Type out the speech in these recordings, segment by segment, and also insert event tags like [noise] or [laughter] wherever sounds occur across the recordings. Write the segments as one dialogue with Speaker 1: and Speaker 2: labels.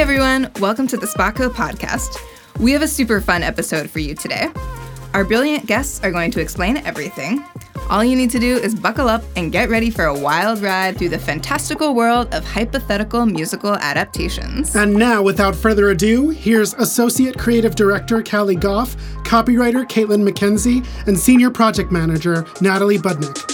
Speaker 1: everyone, welcome to the Spaco podcast. We have a super fun episode for you today. Our brilliant guests are going to explain everything. All you need to do is buckle up and get ready for a wild ride through the fantastical world of hypothetical musical adaptations.
Speaker 2: And now, without further ado, here's Associate Creative Director Callie Goff, copywriter Caitlin McKenzie, and Senior Project Manager Natalie Budnick.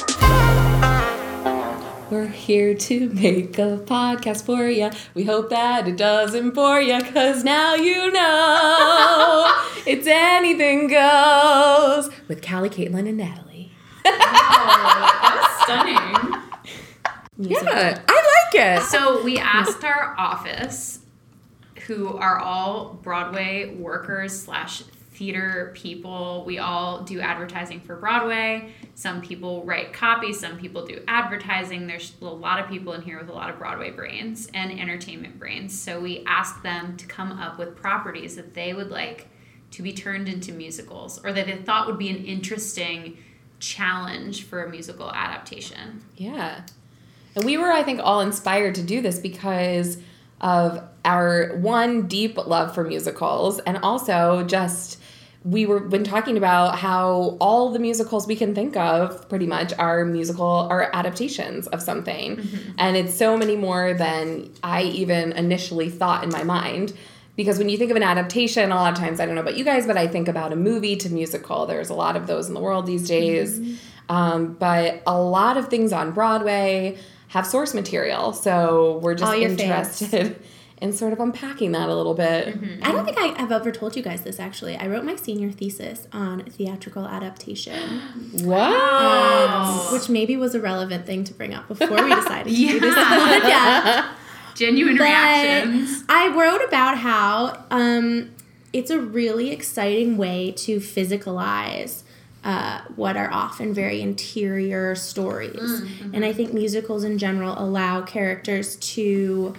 Speaker 3: We're here to make a podcast for you. We hope that it doesn't bore you, cause now you [laughs] know it's anything goes with Callie, Caitlin, and Natalie.
Speaker 4: stunning.
Speaker 3: Yeah, I like it.
Speaker 4: So we asked our office, who are all Broadway workers slash theater people. We all do advertising for Broadway. Some people write copy. Some people do advertising. There's a lot of people in here with a lot of Broadway brains and entertainment brains. So we asked them to come up with properties that they would like to be turned into musicals, or that they thought would be an interesting challenge for a musical adaptation.
Speaker 3: Yeah. And we were, I think, all inspired to do this because of our one deep love for musicals and also just we were been talking about how all the musicals we can think of pretty much are musical are adaptations of something and it's so many more than i even initially thought in my mind because when you think of an adaptation a lot of times i don't know about you guys but i think about a movie to musical there's a lot of those in the world these days
Speaker 5: Mm-hmm.
Speaker 3: um, but a lot of things on broadway have source material so we're just
Speaker 5: All your faves.
Speaker 3: interested [laughs] in sort of unpacking that a little bit
Speaker 5: I don't think I have ever told you guys this actually. I wrote my senior thesis on theatrical adaptation, um,
Speaker 3: wow
Speaker 5: which maybe was a relevant thing to bring up before we decided to do this podcast.
Speaker 4: Genuine
Speaker 5: But
Speaker 4: reactions.
Speaker 5: I wrote about how um, it's a really exciting way to physicalize uh, what are often very interior stories. And I think musicals in general allow characters to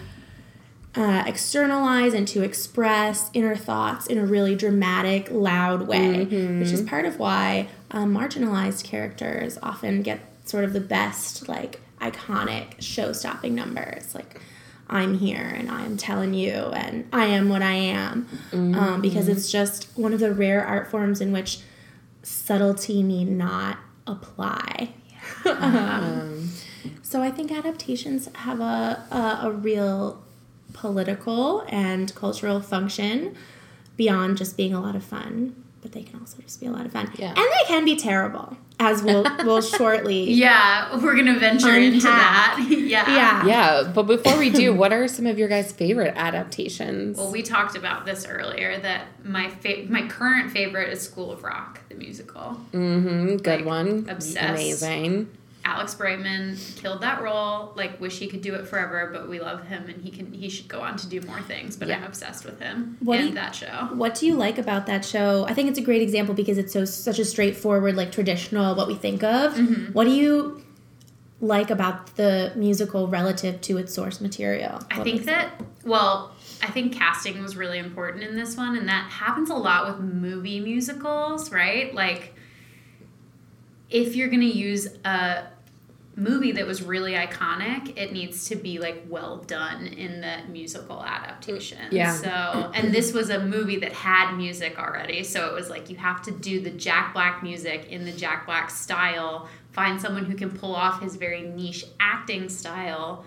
Speaker 5: uh, externalize and to express inner thoughts in a really dramatic, loud way, which is part of why um, marginalized characters often get sort of the best, like, iconic show stopping numbers. Like, I'm here and I'm telling you and I am what I am. Um, because it's just one of the rare art forms in which subtlety need not apply. um, so I think adaptations have a, a, a real political and cultural function beyond just being a lot of fun, but they can also just be a lot of fun.
Speaker 3: Yeah.
Speaker 5: And they can be terrible, as we'll, we'll shortly.
Speaker 4: Yeah, we're gonna venture into
Speaker 5: Unpack.
Speaker 4: that. [laughs] yeah.
Speaker 5: Yeah.
Speaker 3: yeah but before we
Speaker 5: [coughs]
Speaker 3: do what are some of your guys favorite adaptations
Speaker 5: Oh,
Speaker 4: Well, we talked about this earlier that my fa- my current favorite is School of Rock, the musical.
Speaker 3: mm-hmm good one
Speaker 4: obsessed.
Speaker 3: amazing
Speaker 4: Alex Brightman killed that role. Like, wish he could do it forever, but we love him and he can. He should go on to do more things. But I'm obsessed with him
Speaker 5: What do
Speaker 4: and
Speaker 5: you-
Speaker 4: that show.
Speaker 5: What do you like about that show? I think it's a great example because it's so such a straightforward, like traditional, what we think of. What do you like about the musical relative to its source material?
Speaker 4: I
Speaker 5: What
Speaker 4: think
Speaker 5: makes it-
Speaker 4: that well, I think casting was really important in this one, and that happens a lot with movie musicals, right? Like, if you're gonna use a movie that was really iconic, it needs to be like well done in the musical adaptation.
Speaker 3: Yeah.
Speaker 4: So, and this was a movie that had music already, so it was like you have to do the Jack Black music in the Jack Black style. Find someone who can pull off his very niche acting style,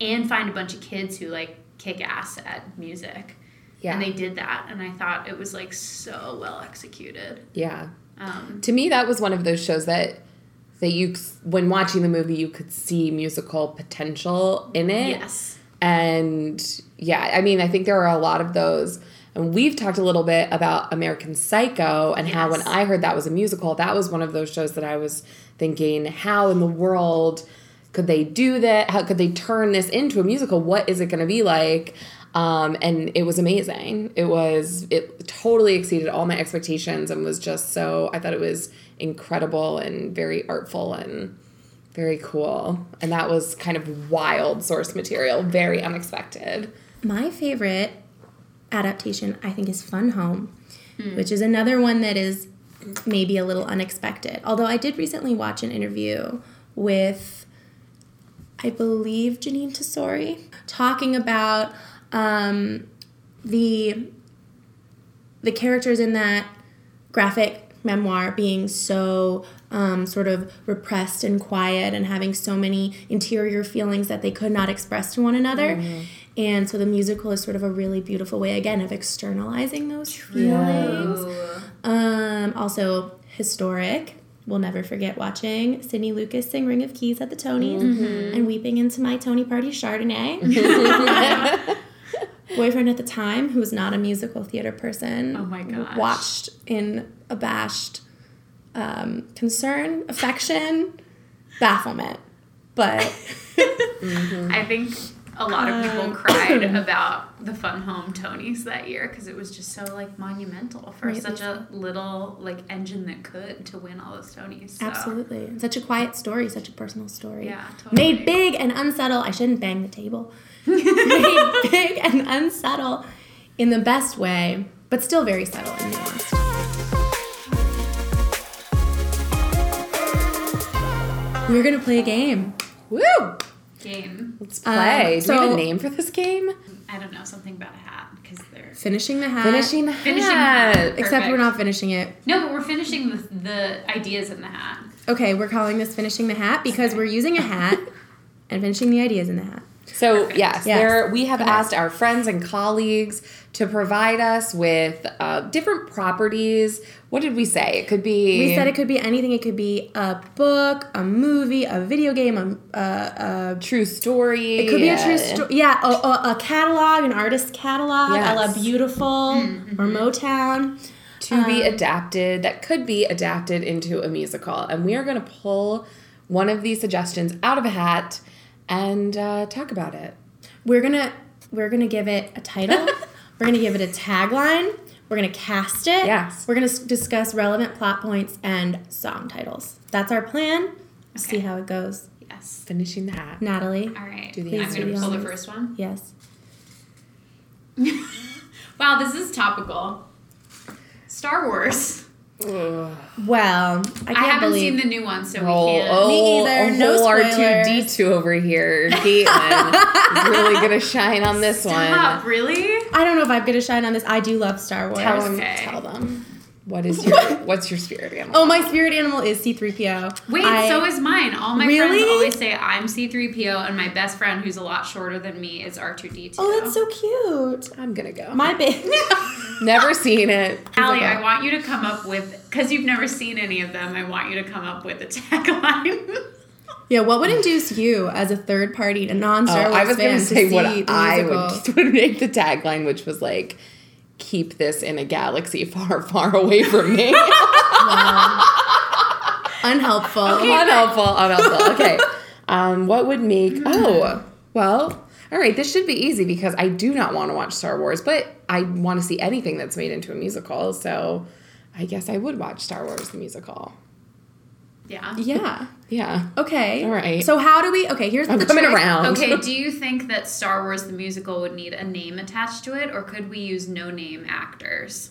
Speaker 4: and find a bunch of kids who like kick ass at music.
Speaker 3: yeah
Speaker 4: And they did that, and I thought it was like so well executed.
Speaker 3: yeah
Speaker 4: Um,
Speaker 3: to me that was one of those shows that that you when watching the movie you could see musical potential in it
Speaker 4: yes.
Speaker 3: And yeah, I mean, I think there are a lot of those. And we've talked a little bit about American Psycho and how when
Speaker 4: Yes.
Speaker 3: I heard that was a musical, that was one of those shows that I was thinking, how in the world could they do that? How could they turn this into a musical? What is it going to be like? Um, and it was amazing. It was, it totally exceeded all my expectations and was just so, I thought it was incredible and very artful and very cool. And that was kind of wild source material, very unexpected.
Speaker 5: My favorite adaptation, I think, is Fun Home, which is another one that is maybe a little unexpected. Although I did recently watch an interview with, I believe, Janine Tesori talking about um, the the characters in that graphic memoir being so um, sort of repressed and quiet and having so many interior feelings that they could not express to one another. And so the musical is sort of a really beautiful way, again, of externalizing those feelings. Um, also, historic. We'll never forget watching Sidney Lucas sing Ring of Keys at the Tonys
Speaker 4: Mm-hmm.
Speaker 5: and weeping into my Tony Party
Speaker 4: [laughs]
Speaker 5: Chardonnay. [laughs] Boyfriend at the time, who was not a musical theater person,
Speaker 4: Oh my gosh.
Speaker 5: watched in abashed um, concern,
Speaker 4: [laughs]
Speaker 5: affection, bafflement. But Mm.
Speaker 4: I think a lot of people cried about the Fun Home Tonys that year because it was just so like monumental for
Speaker 5: Right.
Speaker 4: such a little like engine that could to win all those Tonys. So,
Speaker 5: absolutely, such a quiet story, such a personal story.
Speaker 4: Yeah, totally.
Speaker 5: Made big and unsettle. I shouldn't bang
Speaker 4: [laughs]
Speaker 5: the table. Made big and unsettle in the best way, but still very subtle and nuanced. We're gonna play a game.
Speaker 3: Woo!
Speaker 4: game.
Speaker 3: Let's play. Do we have
Speaker 5: Um, so-
Speaker 3: a name for this game?
Speaker 4: I don't know something about a hat because they're
Speaker 5: Finishing the hat.
Speaker 3: Finishing the hat.
Speaker 4: Finishing the hat.
Speaker 5: Except we're
Speaker 4: Perfect.
Speaker 5: not finishing it.
Speaker 4: no, but we're finishing the, the ideas in the hat.
Speaker 5: Okay, we're calling this finishing the hat because we're using
Speaker 4: [laughs]
Speaker 5: a hat and finishing the ideas in the hat.
Speaker 3: So yes,
Speaker 5: Yes.
Speaker 3: there we have asked our friends and colleagues to provide us with uh, different properties. What did we say? It could be.
Speaker 5: We said it could be anything. It could be a book, a movie, a video game, a, a, a
Speaker 3: true story.
Speaker 5: it could be a true story. Yeah, a, a, a catalog, an artist catalog, a la
Speaker 3: Yes.
Speaker 5: Beautiful or Motown.
Speaker 3: to be
Speaker 5: um,
Speaker 3: adapted that could be adapted into a musical, and we are going to pull one of these suggestions out of a hat and uh, talk about it.
Speaker 5: We're gonna we're gonna give it a title. we're gonna give it a tagline. We're gonna cast it.
Speaker 3: Yes.
Speaker 5: We're gonna s- discuss relevant plot points and song titles. That's our plan. We'll See how it goes,
Speaker 4: Yes.
Speaker 3: Finishing the hat.
Speaker 5: Natalie.
Speaker 4: All right.
Speaker 3: Do the
Speaker 4: I'm going to
Speaker 5: ideas.
Speaker 4: pull the first one. [laughs]
Speaker 5: Yes.
Speaker 4: Wow, this is topical. Star Wars.
Speaker 5: Well, I can't
Speaker 4: I haven't
Speaker 5: believe
Speaker 4: seen the new one, so
Speaker 3: Oh,
Speaker 4: we can't.
Speaker 3: oh,
Speaker 5: Me either,
Speaker 3: a
Speaker 5: no
Speaker 3: whole
Speaker 5: spoilers.
Speaker 3: R2D2 over here. Caitlin is really gonna shine on this
Speaker 4: Stop,
Speaker 3: one.
Speaker 4: really?
Speaker 5: I don't know if I'm gonna shine on this. I do love Star Wars.
Speaker 3: Tell them,
Speaker 4: Okay.
Speaker 3: tell them. What is your what's your spirit animal?
Speaker 5: Oh, my spirit animal is C3PO.
Speaker 4: Wait,
Speaker 5: I-
Speaker 4: so is mine. All my
Speaker 5: Really?
Speaker 4: friends always say I'm C3PO, and my best friend, who's a lot shorter than me, is R2D2.
Speaker 5: Oh, that's so cute.
Speaker 3: I'm gonna go.
Speaker 5: My
Speaker 4: [laughs]
Speaker 5: baby.
Speaker 3: Never seen it.
Speaker 4: Allie,
Speaker 3: Go.
Speaker 4: I want you to come up with, because you've never seen any of them, I want you to come up with a tagline. [laughs]
Speaker 5: yeah, what would induce you as a third party, a non
Speaker 3: Oh,
Speaker 5: Star Wars
Speaker 3: I was
Speaker 5: fan,
Speaker 3: gonna
Speaker 5: to
Speaker 3: say
Speaker 5: see
Speaker 3: what
Speaker 5: the
Speaker 3: I
Speaker 5: musical?
Speaker 3: [laughs] would, would make the tagline, which was like, "Keep this in a galaxy far, far away from me."
Speaker 5: [laughs] Unhelpful.
Speaker 3: unhelpful,
Speaker 4: [laughs]
Speaker 3: unhelpful. Okay. Um, what would make? Oh, well, all right. This should be easy because I do not want to watch Star Wars, but I want to see anything that's made into a musical. So, I guess I would watch Star Wars the musical.
Speaker 4: yeah.
Speaker 5: Yeah.
Speaker 3: Yeah.
Speaker 5: Okay.
Speaker 3: All right.
Speaker 5: So how do we? Okay, here's
Speaker 3: I'm
Speaker 5: the
Speaker 3: coming
Speaker 5: trick.
Speaker 3: around.
Speaker 4: Okay, do you think that Star Wars the musical would need a name attached to it, or could we use no name actors?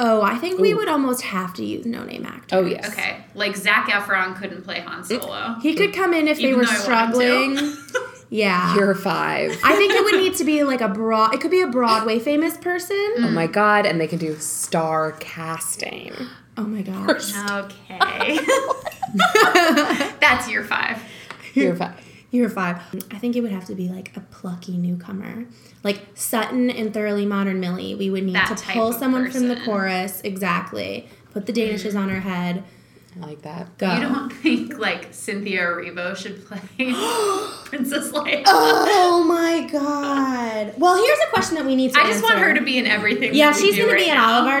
Speaker 5: Oh, I think we would almost have to use no name actor.
Speaker 3: Oh yes.
Speaker 4: Okay, like Zach Efron couldn't play Han Solo.
Speaker 5: He could come in if they
Speaker 4: Even
Speaker 5: were
Speaker 4: though I want him
Speaker 5: struggling.
Speaker 4: to.
Speaker 5: Yeah.
Speaker 3: You're five.
Speaker 5: I think it would need to be like a broad. It could be a Broadway famous person.
Speaker 4: Mm.
Speaker 3: Oh my god! And they can do star casting.
Speaker 5: Oh my gosh. [laughs]
Speaker 4: Okay. [laughs] That's your five.
Speaker 3: You're five.
Speaker 5: Year five. I think it would have to be like a plucky newcomer. Like Sutton and Thoroughly Modern Millie. We would need
Speaker 4: That
Speaker 5: to
Speaker 4: type
Speaker 5: pull
Speaker 4: of
Speaker 5: someone from the
Speaker 4: person.
Speaker 5: chorus. Exactly. Put the Danishes on her head.
Speaker 3: I like that.
Speaker 5: Go.
Speaker 4: You don't think like Cynthia Erivo should
Speaker 5: [gasps]
Speaker 4: play Princess Leia?
Speaker 5: oh my god. Well, here's a question that we need to
Speaker 4: I just want
Speaker 5: answer.
Speaker 4: her to be in everything.
Speaker 5: Yeah,
Speaker 4: we
Speaker 5: she's
Speaker 4: do
Speaker 5: going to
Speaker 4: right
Speaker 5: be in
Speaker 4: now.
Speaker 5: all of our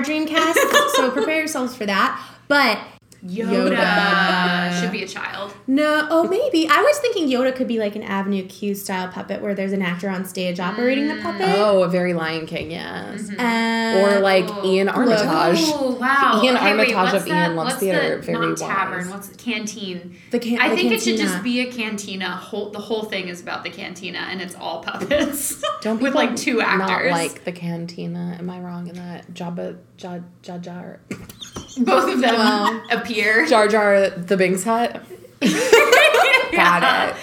Speaker 4: [laughs]
Speaker 5: Dreamcasts, so prepare yourselves for that. But
Speaker 4: Yoda,
Speaker 5: Yoda.
Speaker 4: should be a child.
Speaker 5: no, oh, maybe. I was thinking Yoda could be like an Avenue Q style puppet where there's an actor on stage operating the puppet.
Speaker 4: Mm.
Speaker 5: Um,
Speaker 3: Oh, a very Lion King. Yes.
Speaker 5: And
Speaker 3: Or like Ian Armitage.
Speaker 4: Mm-hmm. Oh wow!
Speaker 3: Ian
Speaker 4: okay,
Speaker 3: Armitage
Speaker 4: wait, what's
Speaker 3: of Ian
Speaker 4: that-
Speaker 3: Loves
Speaker 4: what's
Speaker 3: Theater,
Speaker 4: The,
Speaker 3: very
Speaker 4: not tavern.
Speaker 3: wise.
Speaker 4: What's the canteen?
Speaker 5: the can-
Speaker 4: I
Speaker 5: the
Speaker 4: think it should
Speaker 5: cantina.
Speaker 4: just be a cantina. Whole the whole thing is about the cantina, and it's all puppets.
Speaker 3: [laughs] Don't
Speaker 4: with
Speaker 3: people
Speaker 4: like two actors.
Speaker 3: Not like the cantina. Am I wrong in that? Jabba, Jar Jar [laughs] Jar,
Speaker 4: both of them
Speaker 5: Wow.
Speaker 4: [laughs]
Speaker 3: [laughs]
Speaker 4: appear.
Speaker 3: [laughs] Jar Jar the Bing's hut. Got it.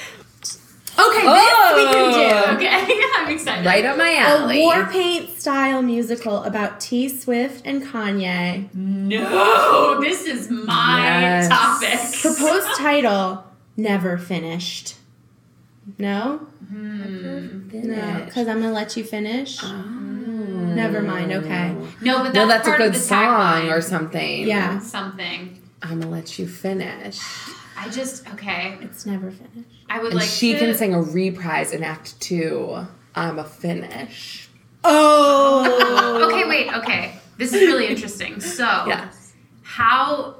Speaker 5: Okay, this we can do.
Speaker 4: Okay, [laughs] I'm excited.
Speaker 3: Right up my alley.
Speaker 5: A war paint style musical about T Swift and Kanye.
Speaker 4: No, this is my
Speaker 3: Yes.
Speaker 4: topic. [laughs]
Speaker 5: Proposed title Never Finished. No? No,
Speaker 3: Finish.
Speaker 5: because I'm going to let you finish.
Speaker 4: Ah.
Speaker 5: Never mind, okay.
Speaker 4: No, but that's,
Speaker 3: well, that's a
Speaker 4: part of
Speaker 3: good
Speaker 4: the
Speaker 3: song
Speaker 4: tagline.
Speaker 3: or something.
Speaker 5: Yeah,
Speaker 4: something.
Speaker 3: I'm gonna let you finish,
Speaker 4: I just okay.
Speaker 5: it's never finished.
Speaker 4: I would
Speaker 3: and
Speaker 4: like
Speaker 3: she
Speaker 4: to,
Speaker 3: can sing a reprise in Act Two. I'm a finish.
Speaker 5: Oh!
Speaker 4: Okay, wait. Okay, this is really interesting. So,
Speaker 3: Oh, Yes.
Speaker 4: how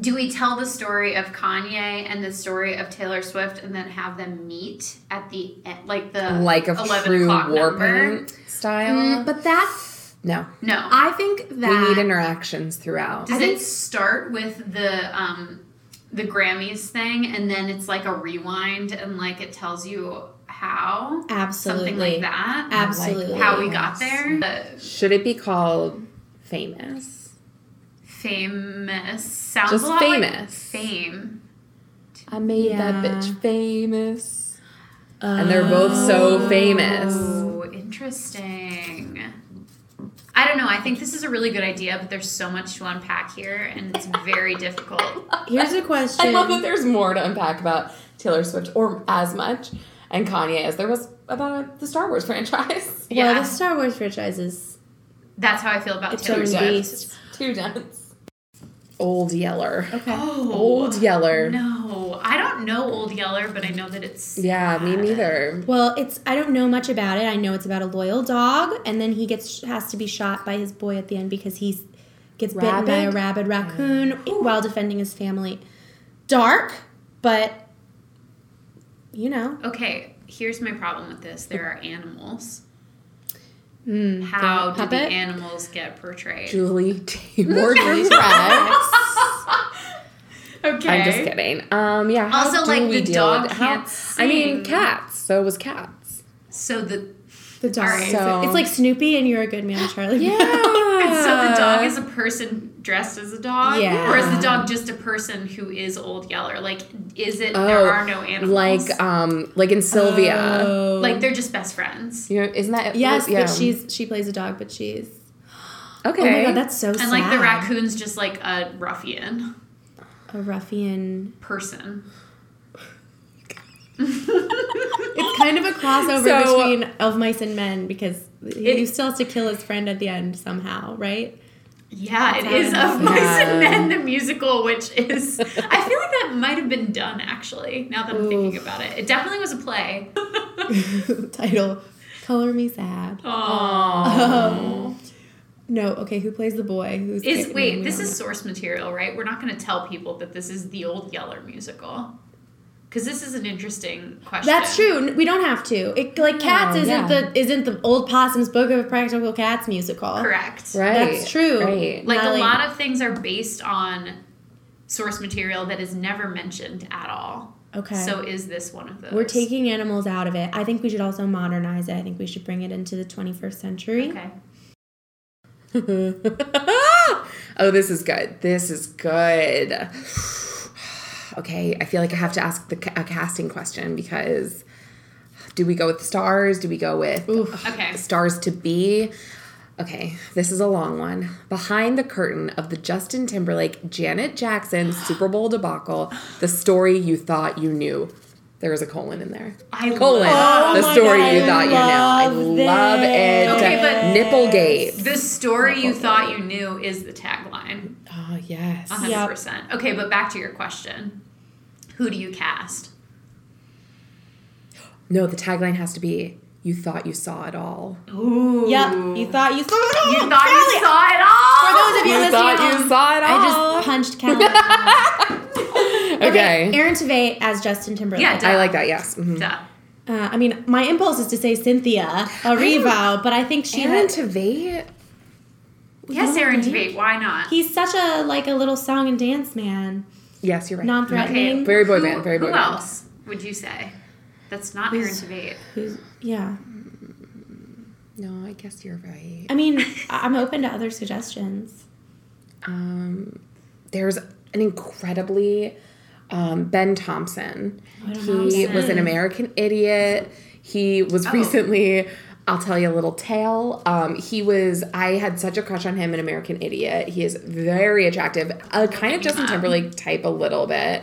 Speaker 4: do we tell the story of Kanye and the story of Taylor Swift, and then have them meet at the end, like the
Speaker 3: Like a
Speaker 4: 11
Speaker 3: true
Speaker 4: o'clock
Speaker 3: war
Speaker 4: number?
Speaker 3: paint style.
Speaker 5: Mm, but that's,
Speaker 3: no,
Speaker 4: No,
Speaker 5: I think that.
Speaker 3: we need interactions throughout.
Speaker 4: Does it start with the um, the Grammys thing, and then it's like a rewind, and like it tells you how
Speaker 5: Absolutely.
Speaker 4: something like that,
Speaker 5: Absolutely.
Speaker 4: how we got there, the
Speaker 3: Should it be called famous?
Speaker 4: famous sounds
Speaker 3: Just
Speaker 4: a lot like
Speaker 3: famous.
Speaker 4: fame.
Speaker 3: I made
Speaker 5: that Yeah. bitch
Speaker 3: famous. Oh. And they're both so famous.
Speaker 4: Oh, interesting. I don't know. I think this is a really good idea, but there's so much to unpack here, and it's
Speaker 3: [laughs]
Speaker 4: very difficult.
Speaker 5: Here's a question.
Speaker 3: I love that there's more to unpack about Taylor Swift, or as much, and Kanye as there was about the Star Wars [laughs] franchise.
Speaker 5: Well,
Speaker 4: Yeah.
Speaker 5: the Star Wars franchise is
Speaker 4: That's how I feel about
Speaker 5: its
Speaker 4: Taylor
Speaker 5: own
Speaker 4: Swift.
Speaker 5: beast.
Speaker 3: Too dense. Old Yeller.
Speaker 5: Okay.
Speaker 4: Oh,
Speaker 3: Old Yeller.
Speaker 4: No, I don't know Old Yeller, but I know that it's
Speaker 3: Yeah, me neither.
Speaker 5: Well, it's I don't know much about it. I know it's about a loyal dog, and then he gets has to be shot by his boy at the end because he gets bitten by a rabid raccoon while defending his family. Dark, but you know,
Speaker 4: Okay, here's my problem with this. There are animals.
Speaker 3: Hmm.
Speaker 4: How do the
Speaker 5: puppet?
Speaker 4: animals get portrayed?
Speaker 3: Julie [laughs] T. Morgan Rex.
Speaker 4: Okay.
Speaker 3: I'm just kidding. Um, yeah. How
Speaker 4: Also,
Speaker 3: do
Speaker 4: like,
Speaker 3: we
Speaker 4: the
Speaker 3: deal
Speaker 4: dog
Speaker 3: with it? How-
Speaker 4: can't
Speaker 3: I mean,
Speaker 4: sing.
Speaker 3: cats. So it was cats.
Speaker 4: So the
Speaker 5: the dog.
Speaker 4: Alright,
Speaker 3: so-
Speaker 5: It's like Snoopy and You're a Good Man, Charlie.
Speaker 4: so the dog is a person dressed as a dog?
Speaker 5: Ah. Yeah.
Speaker 4: Or is the dog just a person who is old yeller? Like is it
Speaker 3: Oh,
Speaker 4: there are no animals?
Speaker 3: like um like in Sylvia.
Speaker 5: like
Speaker 4: like they're just best friends.
Speaker 3: You know, isn't that
Speaker 5: [laughs] Oh. yes,
Speaker 3: yeah.
Speaker 5: but she's she plays a dog, but she's
Speaker 3: okay.
Speaker 5: oh my god, that's so sad.
Speaker 4: And like the raccoon's just like a ruffian
Speaker 5: a ruffian.
Speaker 4: person.
Speaker 5: It's kind of a crossover
Speaker 3: So-
Speaker 5: between Of Mice and Men because he still has to kill his friend at the end somehow, right?
Speaker 4: Yeah, it is of Mice and Men the musical, which is [laughs] I feel like that might have been done actually. Now that I'm thinking about it, it definitely was a play.
Speaker 5: [laughs] Title Color Me Sad.
Speaker 4: Oh,
Speaker 5: Um, no, okay, who plays the boy? Who's
Speaker 4: is
Speaker 5: ki-
Speaker 4: wait,
Speaker 5: no, we
Speaker 4: this
Speaker 5: don't
Speaker 4: is source material, right? We're not going to tell people that this is the old Yeller musical because this is an interesting
Speaker 5: know.
Speaker 4: question.
Speaker 5: That's true. n- We don't have to. It,
Speaker 4: Oh,
Speaker 5: like Cats
Speaker 3: No,
Speaker 5: isn't
Speaker 3: yeah.
Speaker 5: the isn't the old Possum's Book of Practical Cats musical.
Speaker 4: Correct.
Speaker 3: right.
Speaker 5: That's true.
Speaker 3: Right.
Speaker 4: Like
Speaker 5: Not
Speaker 4: a lot of things are based on source material that is never mentioned at all.
Speaker 5: Okay.
Speaker 4: So is this one of those?
Speaker 5: we're taking animals out of it. I think we should also modernize it. I think we should bring it into the 21st century.
Speaker 4: Okay.
Speaker 3: oh, this is good. This is good. [sighs] okay, I feel like I have to ask the ca- a casting question because do we go with stars? Do we go with
Speaker 4: Okay.
Speaker 3: stars to be? Okay, this is a long one. Behind the curtain of the Justin Timberlake, Janet Jackson Super Bowl debacle, the story you thought you knew. There is a colon in there.
Speaker 4: I
Speaker 3: Colon,
Speaker 5: Oh
Speaker 3: the
Speaker 5: my
Speaker 3: story
Speaker 5: God,
Speaker 3: you
Speaker 5: I
Speaker 3: thought you knew. I
Speaker 5: love
Speaker 3: love it.
Speaker 4: Okay,
Speaker 3: Nipplegate.
Speaker 4: The story you thought you knew is the tagline.
Speaker 3: Oh yes.
Speaker 4: 100%. Okay, but back to your question. Who do you cast?
Speaker 3: No, the tagline has to be "You thought you saw it all."
Speaker 4: Ooh.
Speaker 5: Yep. You thought you saw it
Speaker 4: You
Speaker 5: all.
Speaker 4: thought you saw it all.
Speaker 5: For those of you, listening
Speaker 3: thought
Speaker 5: at
Speaker 3: you
Speaker 5: home,
Speaker 3: saw it all.
Speaker 5: I just punched Cal.
Speaker 3: [laughs] Okay.
Speaker 5: Aaron Tveit as Justin Timberlake.
Speaker 4: Yeah,
Speaker 3: I like that. Yes. Mhm.
Speaker 4: Duh.
Speaker 5: Uh, I mean, my impulse is to say Cynthia Erivo, but I think she.
Speaker 3: Aaron
Speaker 5: Had,
Speaker 3: Tveit.
Speaker 4: Yes, Aaron Tveit. Why not?
Speaker 5: he's such a like a little song and dance man,
Speaker 3: Yes, you're right.
Speaker 5: non-threatening.
Speaker 3: Very boy
Speaker 4: who,
Speaker 3: band. Very boy
Speaker 4: Who
Speaker 3: band.
Speaker 4: else would you say? That's not Aaron Tveit.
Speaker 5: Who's- yeah,
Speaker 3: No, I guess you're right.
Speaker 5: I mean, I- I'm open to other suggestions.
Speaker 3: Um, there's an incredibly um, Ben Thompson. He
Speaker 4: Thompson.
Speaker 3: was an American Idiot. He was recently. I'll tell you a little tale. Um, he was. I had such a crush on him in American Idiot. He is very attractive, a kind of Justin Timberlake type, a little bit.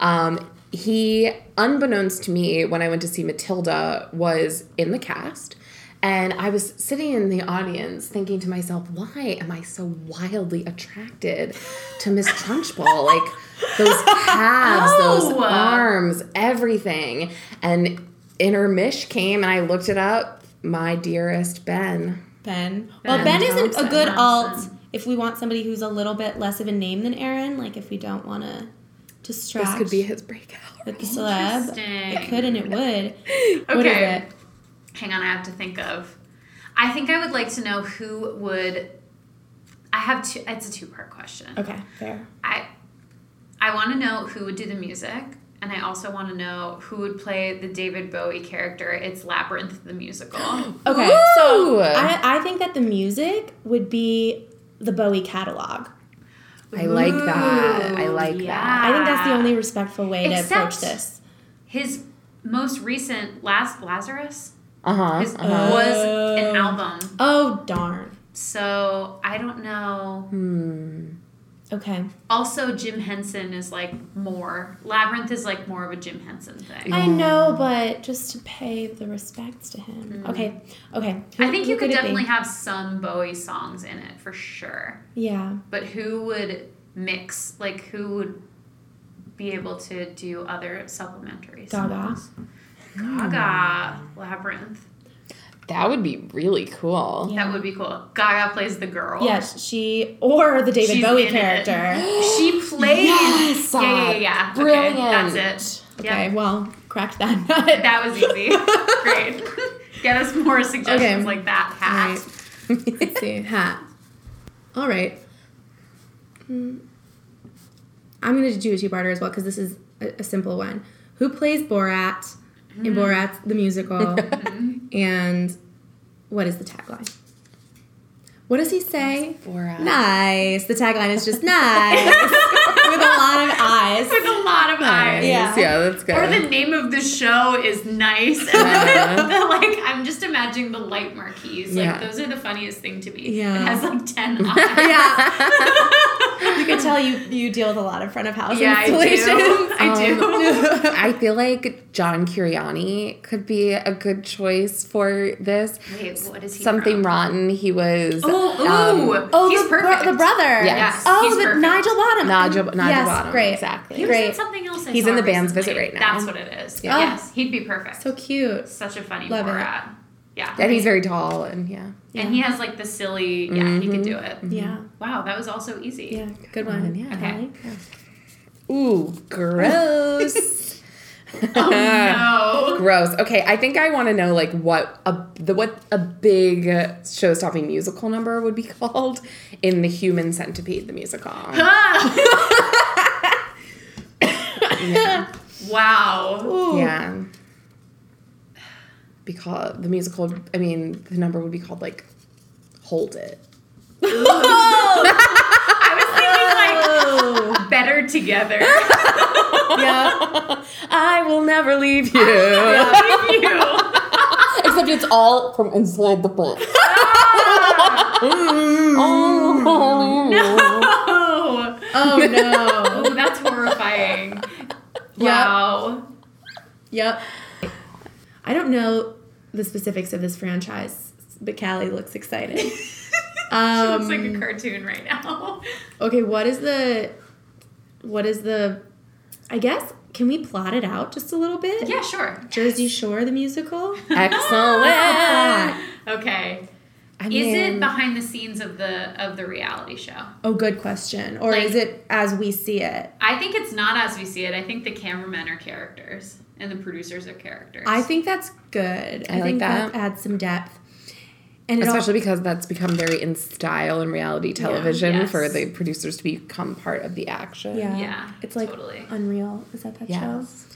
Speaker 3: Um, he, unbeknownst to me, when I went to see Matilda, was in the cast. And I was sitting in the audience thinking to myself, why am I so wildly attracted to Miss Trunchbull? like those
Speaker 4: [laughs]
Speaker 3: calves, those
Speaker 4: Oh.
Speaker 3: arms, everything. And inner Mish came and I looked it up. My dearest Ben.
Speaker 5: Ben. Well,
Speaker 4: Ben
Speaker 5: Ben isn't a
Speaker 4: Thompson.
Speaker 5: good alt
Speaker 4: Thompson.
Speaker 5: if we want somebody who's a little bit less of a name than Aaron. Like if we don't want to distract
Speaker 3: This could be his breakout.
Speaker 5: with the celeb. It
Speaker 4: Interesting.
Speaker 5: could and it would. What is
Speaker 4: Okay.
Speaker 5: it?
Speaker 4: Hang on, I have to think of. I think I would like to know who would. I have two. It's a two-part question.
Speaker 5: Okay, fair.
Speaker 4: I I want to know who would do the music, and I also want to know who would play the David Bowie character. It's Labyrinth the musical.
Speaker 5: [gasps] Okay,
Speaker 3: Ooh.
Speaker 5: so I, I think that the music would be the Bowie catalog.
Speaker 3: I like that. I like that.
Speaker 4: yeah.
Speaker 5: I think that's the only respectful way to approach
Speaker 4: Except-
Speaker 5: this.
Speaker 4: His most recent last Lazarus
Speaker 3: Uh
Speaker 5: Uh-huh.
Speaker 3: huh.
Speaker 4: his, was an album,
Speaker 5: Oh darn.
Speaker 4: so I don't know.
Speaker 5: Okay.
Speaker 4: Also, Jim Henson is like more Labyrinth is like more of a Jim Henson thing.
Speaker 5: I know, but just to pay the respects to him. Okay. Okay. Who-
Speaker 4: I think
Speaker 5: who
Speaker 4: you could
Speaker 5: it be?
Speaker 4: definitely have some Bowie songs in it for sure.
Speaker 5: Yeah.
Speaker 4: But who would mix? Like who would be able to do other supplementary
Speaker 5: Gaga.
Speaker 4: songs? Gaga, Labyrinth.
Speaker 3: That would be really cool.
Speaker 5: Yeah.
Speaker 4: That would be cool. Gaga plays the girl.
Speaker 5: Yes, she or the David
Speaker 4: She's in
Speaker 5: Bowie
Speaker 4: it.
Speaker 5: [laughs] character.
Speaker 4: She plays.
Speaker 5: [gasps]
Speaker 3: Yes!
Speaker 4: Yeah, yeah, yeah.
Speaker 3: Brilliant.
Speaker 4: Okay, that's it.
Speaker 5: Okay,
Speaker 4: Yep.
Speaker 5: well, cracked that [laughs] nut.
Speaker 4: That was
Speaker 5: [laughs]
Speaker 4: easy. Great. [laughs] Get us more suggestions
Speaker 5: Okay.
Speaker 4: like that. Hat.
Speaker 5: [laughs] Let's see. Hat. All right. Hmm. I'm going to do a two-parter as well because this is a, a simple one. Who plays Borat in Borat the [laughs] musical? Mm-hmm. and what is the tagline? What does he say?
Speaker 3: Borat.
Speaker 5: Nice. The tagline is just [laughs] nice with a lot of eyes.
Speaker 4: With a lot of eyes.
Speaker 5: Yeah.
Speaker 3: Yeah, that's good.
Speaker 4: Or the name of the show is nice. [laughs] And then the, like, I'm just imagining the light marquees. Like,
Speaker 3: Yeah.
Speaker 4: those are the funniest thing to me.
Speaker 5: Yeah.
Speaker 4: It has like
Speaker 5: [laughs]
Speaker 4: 10 eyes.
Speaker 5: Yeah. [laughs] you can tell you you deal with a lot of front of house
Speaker 4: yeah, I do.
Speaker 5: installations. Um,
Speaker 4: [laughs] I do.
Speaker 3: I feel like John Curiani could be a good choice for this.
Speaker 4: Wait, what is he?
Speaker 3: Something
Speaker 4: from?
Speaker 3: rotten. He was
Speaker 4: Oh,
Speaker 3: um,
Speaker 4: ooh.
Speaker 5: Oh,
Speaker 4: he's
Speaker 5: the, bro-
Speaker 4: perfect.
Speaker 5: the brother.
Speaker 3: Yes.
Speaker 5: Oh,
Speaker 4: He's
Speaker 5: the
Speaker 4: perfect.
Speaker 5: Nigel Bottom.
Speaker 3: Nigel- Nigel
Speaker 5: yes,
Speaker 3: Bottom,
Speaker 5: Great.
Speaker 3: exactly.
Speaker 4: He was in
Speaker 5: Great.
Speaker 4: something else. I
Speaker 3: He's
Speaker 4: saw
Speaker 3: in the band's
Speaker 4: recently.
Speaker 3: visit right now.
Speaker 4: That's what it is.
Speaker 3: Yeah.
Speaker 4: Yes, he'd be perfect.
Speaker 5: So cute.
Speaker 4: Such a funny
Speaker 5: Love it.
Speaker 4: Borat. Yeah.
Speaker 3: and he's very tall and yeah.
Speaker 4: And he has like the silly. Yeah, he could do it.
Speaker 5: Mm-hmm. Yeah.
Speaker 4: Wow, that was also easy.
Speaker 5: Yeah. Good one.
Speaker 3: yeah.
Speaker 5: Okay.
Speaker 3: Um,
Speaker 4: [laughs]
Speaker 3: Ooh, gross.
Speaker 4: [laughs] Oh no.
Speaker 3: [laughs] gross. Okay, I think I want to know like what a the what a big show-stopping musical number would be [laughs] called in the Human Centipede the musical.
Speaker 4: Ah. [laughs] Wow.
Speaker 3: Yeah. Be called the musical. I mean, the number would be called like "Hold It." Oh!
Speaker 4: I was thinking like better
Speaker 5: [laughs]
Speaker 4: together.
Speaker 3: I will never leave you.
Speaker 4: Thank you.
Speaker 3: Except it's all from inside the box. oh.
Speaker 4: Oh,
Speaker 5: Oh
Speaker 3: [laughs]
Speaker 5: no.
Speaker 4: oh, that's horrifying. Wow.
Speaker 5: yep. I don't know the specifics of this franchise, but Callie looks excited.
Speaker 4: [laughs] It's like a
Speaker 5: Um,
Speaker 4: cartoon right now. [laughs]
Speaker 5: okay, what is the what is the I guess can we plot it out just a little bit?
Speaker 4: Yeah,
Speaker 5: [laughs]
Speaker 4: sure.
Speaker 5: Jersey Shore
Speaker 4: [laughs]
Speaker 5: the musical?
Speaker 3: Excellent.
Speaker 4: Okay.
Speaker 3: I
Speaker 4: Is it
Speaker 3: mean,
Speaker 4: behind the scenes of the of the reality show?
Speaker 5: Oh, good question. Or
Speaker 4: Like-
Speaker 5: is it as we see it?
Speaker 4: I think it's not as we see it. I think the cameramen are characters and the producers are characters.
Speaker 5: I think that's good. I,
Speaker 3: like
Speaker 5: think
Speaker 3: that.
Speaker 5: adds some depth. And it
Speaker 3: Especially because that's become very in style in reality television
Speaker 4: yes.
Speaker 3: for the producers to become part of the action.
Speaker 5: all, yeah,
Speaker 4: yeah,
Speaker 5: it's like
Speaker 4: totally.
Speaker 5: Unreal. Is that that
Speaker 3: Yes.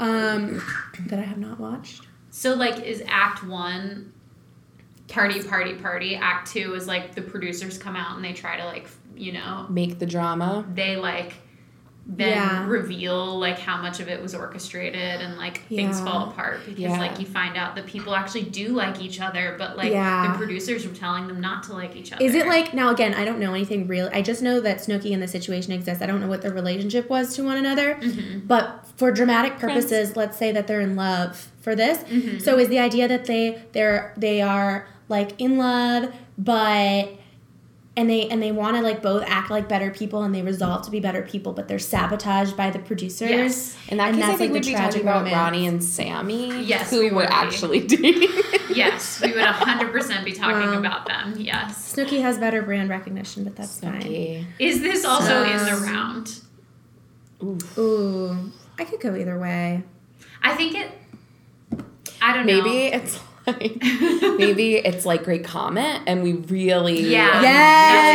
Speaker 5: show? Um, that I have not watched.
Speaker 4: So like, is Act One party, party, party? Act Two is like the producers come out and they try to like, you know,
Speaker 3: Make the drama.
Speaker 4: they like then
Speaker 5: Yeah.
Speaker 4: reveal like how much of it was orchestrated and like things
Speaker 5: Yeah.
Speaker 4: fall apart because
Speaker 3: Yeah.
Speaker 4: like you find out that people actually do like each other but like
Speaker 5: Yeah.
Speaker 4: the producers were telling them not to like each other
Speaker 5: Is it like now again? I don't know anything real. I just know that Snooki and the situation exists. I don't know what their relationship was to one another,
Speaker 3: Mm-hmm.
Speaker 5: but for dramatic purposes, let's say that they're in love for this.
Speaker 3: Mm-hmm.
Speaker 5: So is the idea that they they're they are like in love, but and they and they want to like both act like better people and they resolve to be better people, but they're sabotaged by the producers.
Speaker 4: Yes.
Speaker 3: In that
Speaker 5: And
Speaker 3: case, I
Speaker 5: that's,
Speaker 3: think
Speaker 5: like,
Speaker 3: we'd
Speaker 5: the
Speaker 3: be
Speaker 5: tragic
Speaker 3: talking about
Speaker 5: romance.
Speaker 3: Ronnie and Sammy,
Speaker 4: Yes,
Speaker 3: who
Speaker 4: we
Speaker 3: were
Speaker 4: would be.
Speaker 3: actually dating.
Speaker 4: yes we would 100%
Speaker 5: [laughs]
Speaker 4: be talking about them yes
Speaker 5: Snooki has better brand recognition, but that's fine.
Speaker 4: is this also in the round
Speaker 5: Ooh, I could go either way.
Speaker 4: i think it i don't know
Speaker 3: Maybe it's like maybe it's like Great Comet, and we really
Speaker 4: Yeah.
Speaker 3: really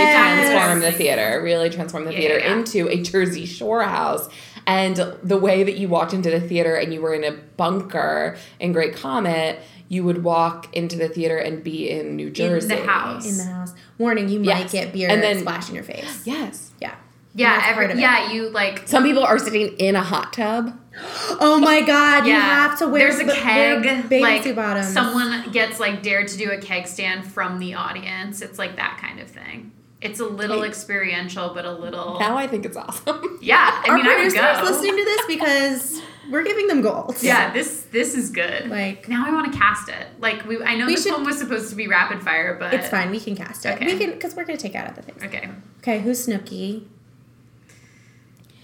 Speaker 5: Yes.
Speaker 3: transform the theater, really transform the
Speaker 4: Yeah,
Speaker 3: theater
Speaker 4: yeah, yeah.
Speaker 3: into a Jersey Shore house. And the way that you walked into the theater and you were in a bunker in Great Comet, you would walk into the theater and be in New Jersey.
Speaker 4: in the house
Speaker 5: In the house, warning you
Speaker 3: Yes.
Speaker 5: might get beer
Speaker 3: And then-
Speaker 5: splash in your face.
Speaker 3: Yes.
Speaker 5: Yeah.
Speaker 4: yeah
Speaker 5: That's part of
Speaker 4: every,
Speaker 5: it.
Speaker 4: yeah you like
Speaker 3: Some people are sitting in a hot tub.
Speaker 5: Oh my god, you
Speaker 4: Yeah.
Speaker 5: have to wear
Speaker 4: There's a
Speaker 5: b- wear
Speaker 4: keg.
Speaker 5: bathing
Speaker 4: like
Speaker 5: suit bottoms.
Speaker 4: someone gets like dared to do a keg stand from the audience. It's like that kind of thing. It's a little experiential, but a little.
Speaker 3: Now I think it's awesome. [laughs]
Speaker 4: yeah, I
Speaker 5: Our
Speaker 4: mean, I would
Speaker 5: producers
Speaker 4: go.
Speaker 5: listening
Speaker 4: [laughs]
Speaker 5: to this because we're giving them goals.
Speaker 4: Yeah, this this is good.
Speaker 5: Like-
Speaker 4: now I want to cast it. Like we, I know
Speaker 5: We
Speaker 4: this
Speaker 5: should-
Speaker 4: one was supposed to be rapid fire, but
Speaker 5: It's fine, we can cast it.
Speaker 4: Okay.
Speaker 5: We can because we're gonna take out other things. Okay,
Speaker 4: Okay,
Speaker 5: who's Snooky?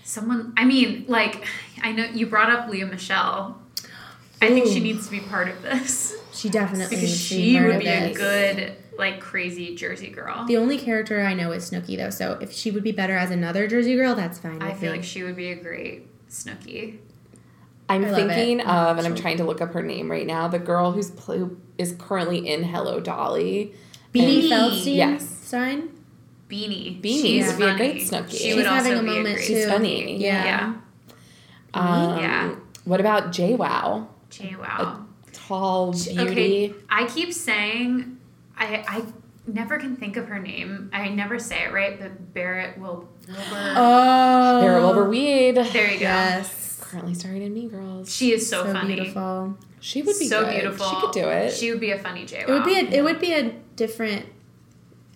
Speaker 4: someone. I mean, like I know you brought up Leah Michelle. I think she needs to be part of this
Speaker 5: She definitely
Speaker 4: because
Speaker 5: needs to
Speaker 4: she
Speaker 5: part
Speaker 4: would
Speaker 5: of
Speaker 4: be a
Speaker 5: this.
Speaker 4: good like crazy Jersey girl.
Speaker 5: The only character I know is Snooky though, so if she would be better as another Jersey girl, that's fine.
Speaker 4: I
Speaker 5: with
Speaker 4: feel
Speaker 5: me.
Speaker 4: like she would be a great Snooky.
Speaker 3: I'm
Speaker 5: I love
Speaker 3: thinking
Speaker 5: it.
Speaker 3: of, and I'm trying to look up her name right now. The girl who's pl- who is currently in Hello Dolly.
Speaker 5: Beanie
Speaker 4: Beanie.
Speaker 5: Feldstein.
Speaker 3: Yes.
Speaker 5: Stein.
Speaker 4: Beanie.
Speaker 3: Beanie
Speaker 4: She's
Speaker 3: would be a
Speaker 4: funny.
Speaker 3: great Snooki.
Speaker 4: She
Speaker 3: She's
Speaker 4: would also
Speaker 5: having a
Speaker 4: be
Speaker 5: moment,
Speaker 4: great
Speaker 5: too.
Speaker 3: She's funny.
Speaker 5: Yeah.
Speaker 4: Yeah.
Speaker 3: Um,
Speaker 4: Yeah.
Speaker 3: What about JWoww?
Speaker 4: Jay Wow.
Speaker 3: Tall beauty.
Speaker 4: Okay. I keep saying I I never can think of her name. I never say it right, but Barrett Wil Wilbur.
Speaker 5: Oh.
Speaker 3: Sarah
Speaker 4: Um,
Speaker 3: Wilbur Weed.
Speaker 4: there you go.
Speaker 5: Yes.
Speaker 3: [sighs] Currently starring in Mean Girls.
Speaker 4: She is so, funny.
Speaker 5: beautiful.
Speaker 3: She would be
Speaker 4: so
Speaker 3: good.
Speaker 4: beautiful.
Speaker 3: She could do it.
Speaker 4: She would be a funny Jay.
Speaker 5: It would be a, it would be a different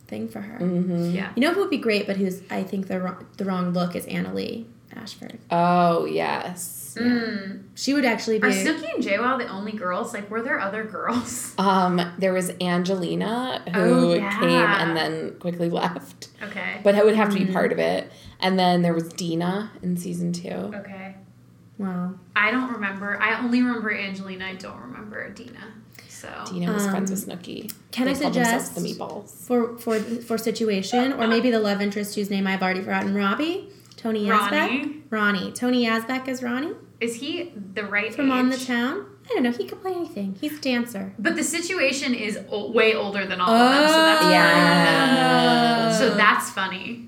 Speaker 5: thing for her.
Speaker 3: Mhm.
Speaker 4: yeah.
Speaker 5: You know who would be great, but who's I think the wrong, the wrong look is Anna Lee Ashford.
Speaker 3: Oh yes.
Speaker 4: Mm.
Speaker 5: She would actually
Speaker 4: Are
Speaker 5: be.
Speaker 4: Snooki and Jay Wow the only girls? Like, were there other girls? [laughs]
Speaker 3: Um, there was Angelina who
Speaker 4: Oh, yeah.
Speaker 3: came and then quickly [laughs] left,
Speaker 4: Okay.
Speaker 3: but that would have to be
Speaker 4: Mm-hmm.
Speaker 3: part of it. And then there was Dina in season two.
Speaker 4: Okay.
Speaker 5: wow.
Speaker 4: I don't remember. I only remember Angelina. I don't remember Dina. So
Speaker 3: Dina was friends with
Speaker 5: Um,
Speaker 3: Snooki.
Speaker 5: can
Speaker 3: They
Speaker 5: I
Speaker 3: called themselves
Speaker 5: suggest-
Speaker 3: the meatballs?
Speaker 5: For for for situation or maybe the love interest whose name I've already forgotten. Robbie, Tony Yazbek,
Speaker 4: Ronnie.
Speaker 5: Ronnie. Tony Yazbek is Ronnie
Speaker 4: is he the right
Speaker 5: from On the
Speaker 4: age?
Speaker 5: Town. I don't know. He could play anything. He's a dancer.
Speaker 4: But the situation is o- way older than all of them, so that's
Speaker 3: Oh. Yeah.
Speaker 4: so that's funny.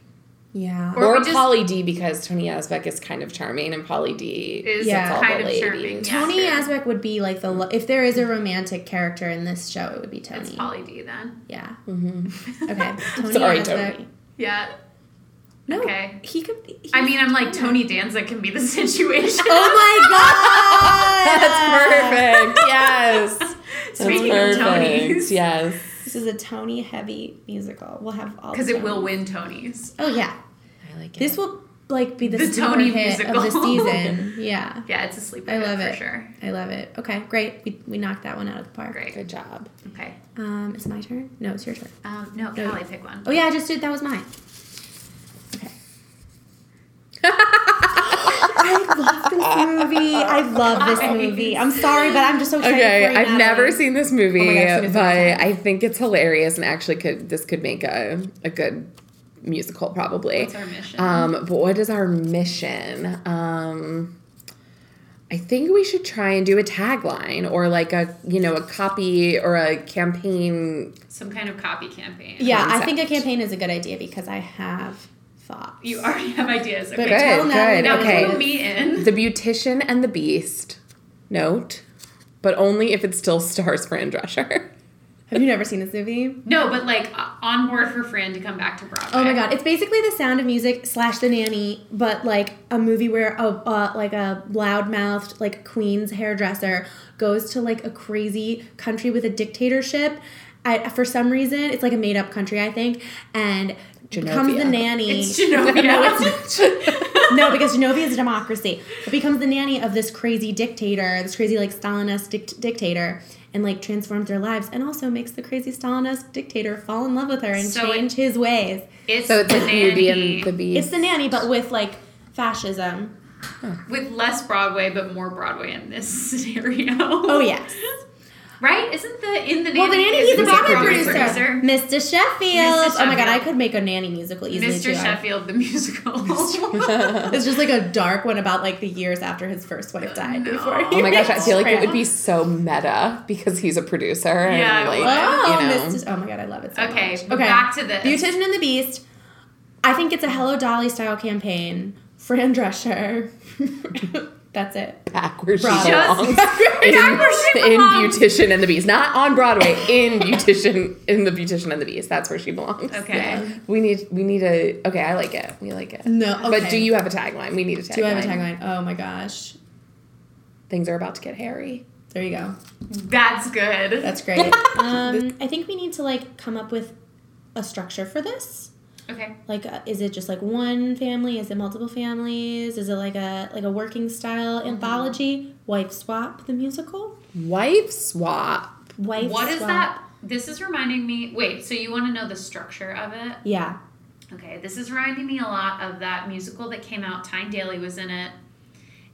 Speaker 5: Yeah.
Speaker 4: Or
Speaker 3: Or,
Speaker 4: we just-
Speaker 3: Polly D because Tony Asbeck is kind of charming and Polly D
Speaker 4: Is
Speaker 5: Yeah.
Speaker 3: all
Speaker 4: kind
Speaker 3: the
Speaker 4: of charming.
Speaker 3: ladies. [laughs]
Speaker 4: Yeah,
Speaker 5: Tony
Speaker 4: sure.
Speaker 5: Yazbek would be like the lo- if there is a romantic character in this show, it would be Tony.
Speaker 4: It's Polly D then.
Speaker 5: Yeah.
Speaker 3: Mhm. [laughs]
Speaker 5: Okay. Tony
Speaker 3: Sorry,
Speaker 5: Yazbek.
Speaker 3: Tony.
Speaker 4: Yeah.
Speaker 5: No.
Speaker 4: Okay.
Speaker 5: He could. Be, he-
Speaker 4: I mean, I'm like Tony Danza can be the [laughs] situation.
Speaker 5: Oh
Speaker 4: [laughs]
Speaker 5: my god.
Speaker 3: That's perfect. Yes.
Speaker 4: [laughs] Speaking
Speaker 3: That's
Speaker 4: of
Speaker 3: perfect.
Speaker 4: [laughs] Tonys,
Speaker 3: Yes.
Speaker 5: This is a Tony heavy musical. We'll have all
Speaker 4: because
Speaker 5: the
Speaker 4: it will
Speaker 5: Tonys.
Speaker 4: win Tonys.
Speaker 5: Oh yeah,
Speaker 3: I like
Speaker 5: this will like be the,
Speaker 4: The
Speaker 5: super
Speaker 4: Tony
Speaker 5: hit
Speaker 4: musical.
Speaker 5: of
Speaker 4: [laughs]
Speaker 5: the season. yeah,
Speaker 4: Yeah, it's a sleeper.
Speaker 5: I love
Speaker 4: hit
Speaker 5: it.
Speaker 4: for sure.
Speaker 5: I love it. Okay, great. We, we knocked that one out of the park.
Speaker 4: Great.
Speaker 3: Good job.
Speaker 4: Okay.
Speaker 5: Um, it's my turn. No, it's your turn.
Speaker 4: Um, no, Callie, pick one.
Speaker 5: Oh yeah, I just did. That was mine.
Speaker 4: [laughs]
Speaker 5: Okay. I love this movie. I love this movie. I'm sorry, but I'm just so excited.
Speaker 3: Okay,
Speaker 5: for you,
Speaker 3: I've never
Speaker 5: Natalie.
Speaker 3: seen this movie,
Speaker 5: Oh my gosh, it is
Speaker 3: but
Speaker 5: awesome.
Speaker 3: I think it's hilarious and actually could this could make a a good musical probably.
Speaker 4: What's our mission?
Speaker 3: Um, but what is our mission? Um, I think we should try and do a tagline or like a you know a copy or a campaign.
Speaker 4: Some kind of copy campaign.
Speaker 5: Yeah, I
Speaker 3: concept.
Speaker 5: think a campaign is a good idea because I have thoughts.
Speaker 4: You already have ideas.
Speaker 5: But
Speaker 4: Okay.
Speaker 5: tell
Speaker 3: Good,
Speaker 5: Natalie
Speaker 3: good,
Speaker 5: what
Speaker 4: Now
Speaker 5: it
Speaker 3: okay.
Speaker 5: is.
Speaker 4: clue me in.
Speaker 3: The Beautician and the Beast. Note, but only if it still stars Fran Drescher.
Speaker 5: Have you never seen this movie?
Speaker 4: No, but like uh, on board for Fran to come back to Broadway.
Speaker 5: Oh
Speaker 4: [laughs]
Speaker 5: my god! It's basically The Sound of Music slash The Nanny, but like a movie where a uh, like a loudmouthed like Queen's hairdresser goes to like a crazy country with a dictatorship. I, for some reason, it's like a made up country, I think, and becomes the
Speaker 3: Genovia.
Speaker 5: nanny.
Speaker 4: It's Genovia.
Speaker 5: [laughs] no, because Genovia is a democracy. It becomes the nanny of this crazy dictator, this crazy like Stalinist dict- dictator, and like transforms their lives, and also makes the crazy Stalinist dictator fall in love with her and
Speaker 4: So it-
Speaker 5: change his ways.
Speaker 4: It's
Speaker 3: So it's
Speaker 4: the
Speaker 3: like Beauty
Speaker 4: nanny
Speaker 3: and the Beast.
Speaker 5: It's the nanny, but with like fascism.
Speaker 4: with less Broadway, but more Broadway in this scenario.
Speaker 5: Oh yes.
Speaker 4: right? Isn't the in the nanny?
Speaker 5: Well, the nanny he's a
Speaker 4: isn't
Speaker 5: Broadway
Speaker 4: Broadway
Speaker 5: producer. Mr. Sheffield. Oh my god, I
Speaker 4: Sheffield.
Speaker 5: could make a nanny musical easily.
Speaker 4: Mr.
Speaker 5: too. I-
Speaker 4: Sheffield, the musical.
Speaker 5: [laughs]
Speaker 4: [laughs]
Speaker 5: It's just like a dark one about like the years after his first wife died. Before he
Speaker 3: Oh my gosh, I
Speaker 5: was
Speaker 3: feel like it would
Speaker 5: trapped.
Speaker 3: be so meta because he's a producer. and,
Speaker 4: Yeah, it
Speaker 3: like,
Speaker 4: would.
Speaker 5: Oh,
Speaker 3: you know.
Speaker 5: Mr. oh my god, I love it so
Speaker 4: Okay,
Speaker 5: much.
Speaker 4: but back to this.
Speaker 5: Beautician and the Beast. I think it's a Hello Dolly style campaign. Fran Drescher. [laughs] That's it.
Speaker 3: back where she
Speaker 5: Broadway.
Speaker 3: belongs. in, [laughs] in Beautician and the Beast, not on Broadway. In Beautician, in the Beautician and the Beast, that's where she belongs.
Speaker 4: Okay.
Speaker 3: we need we need a okay. I like it. We like it.
Speaker 5: No,
Speaker 3: But
Speaker 5: okay.
Speaker 3: do you have a tagline? We need a tagline.
Speaker 5: Do I have a tagline? Oh my gosh.
Speaker 3: Things are about to get hairy.
Speaker 5: There you go.
Speaker 4: That's good.
Speaker 5: That's [laughs] great. um, I think we need to like come up with a structure for this.
Speaker 4: okay.
Speaker 5: Like, uh, is it just like one family? Is it multiple families? Is it like a like a working
Speaker 4: Uh-huh.
Speaker 5: style anthology? Wife swap the musical.
Speaker 3: Wife swap.
Speaker 5: Wife.
Speaker 4: What is
Speaker 5: swap.
Speaker 4: that? This is reminding me. Wait, so you want to know the structure of it?
Speaker 5: Yeah.
Speaker 4: Okay, this is reminding me a lot of that musical that came out. Tyne Daly was in it.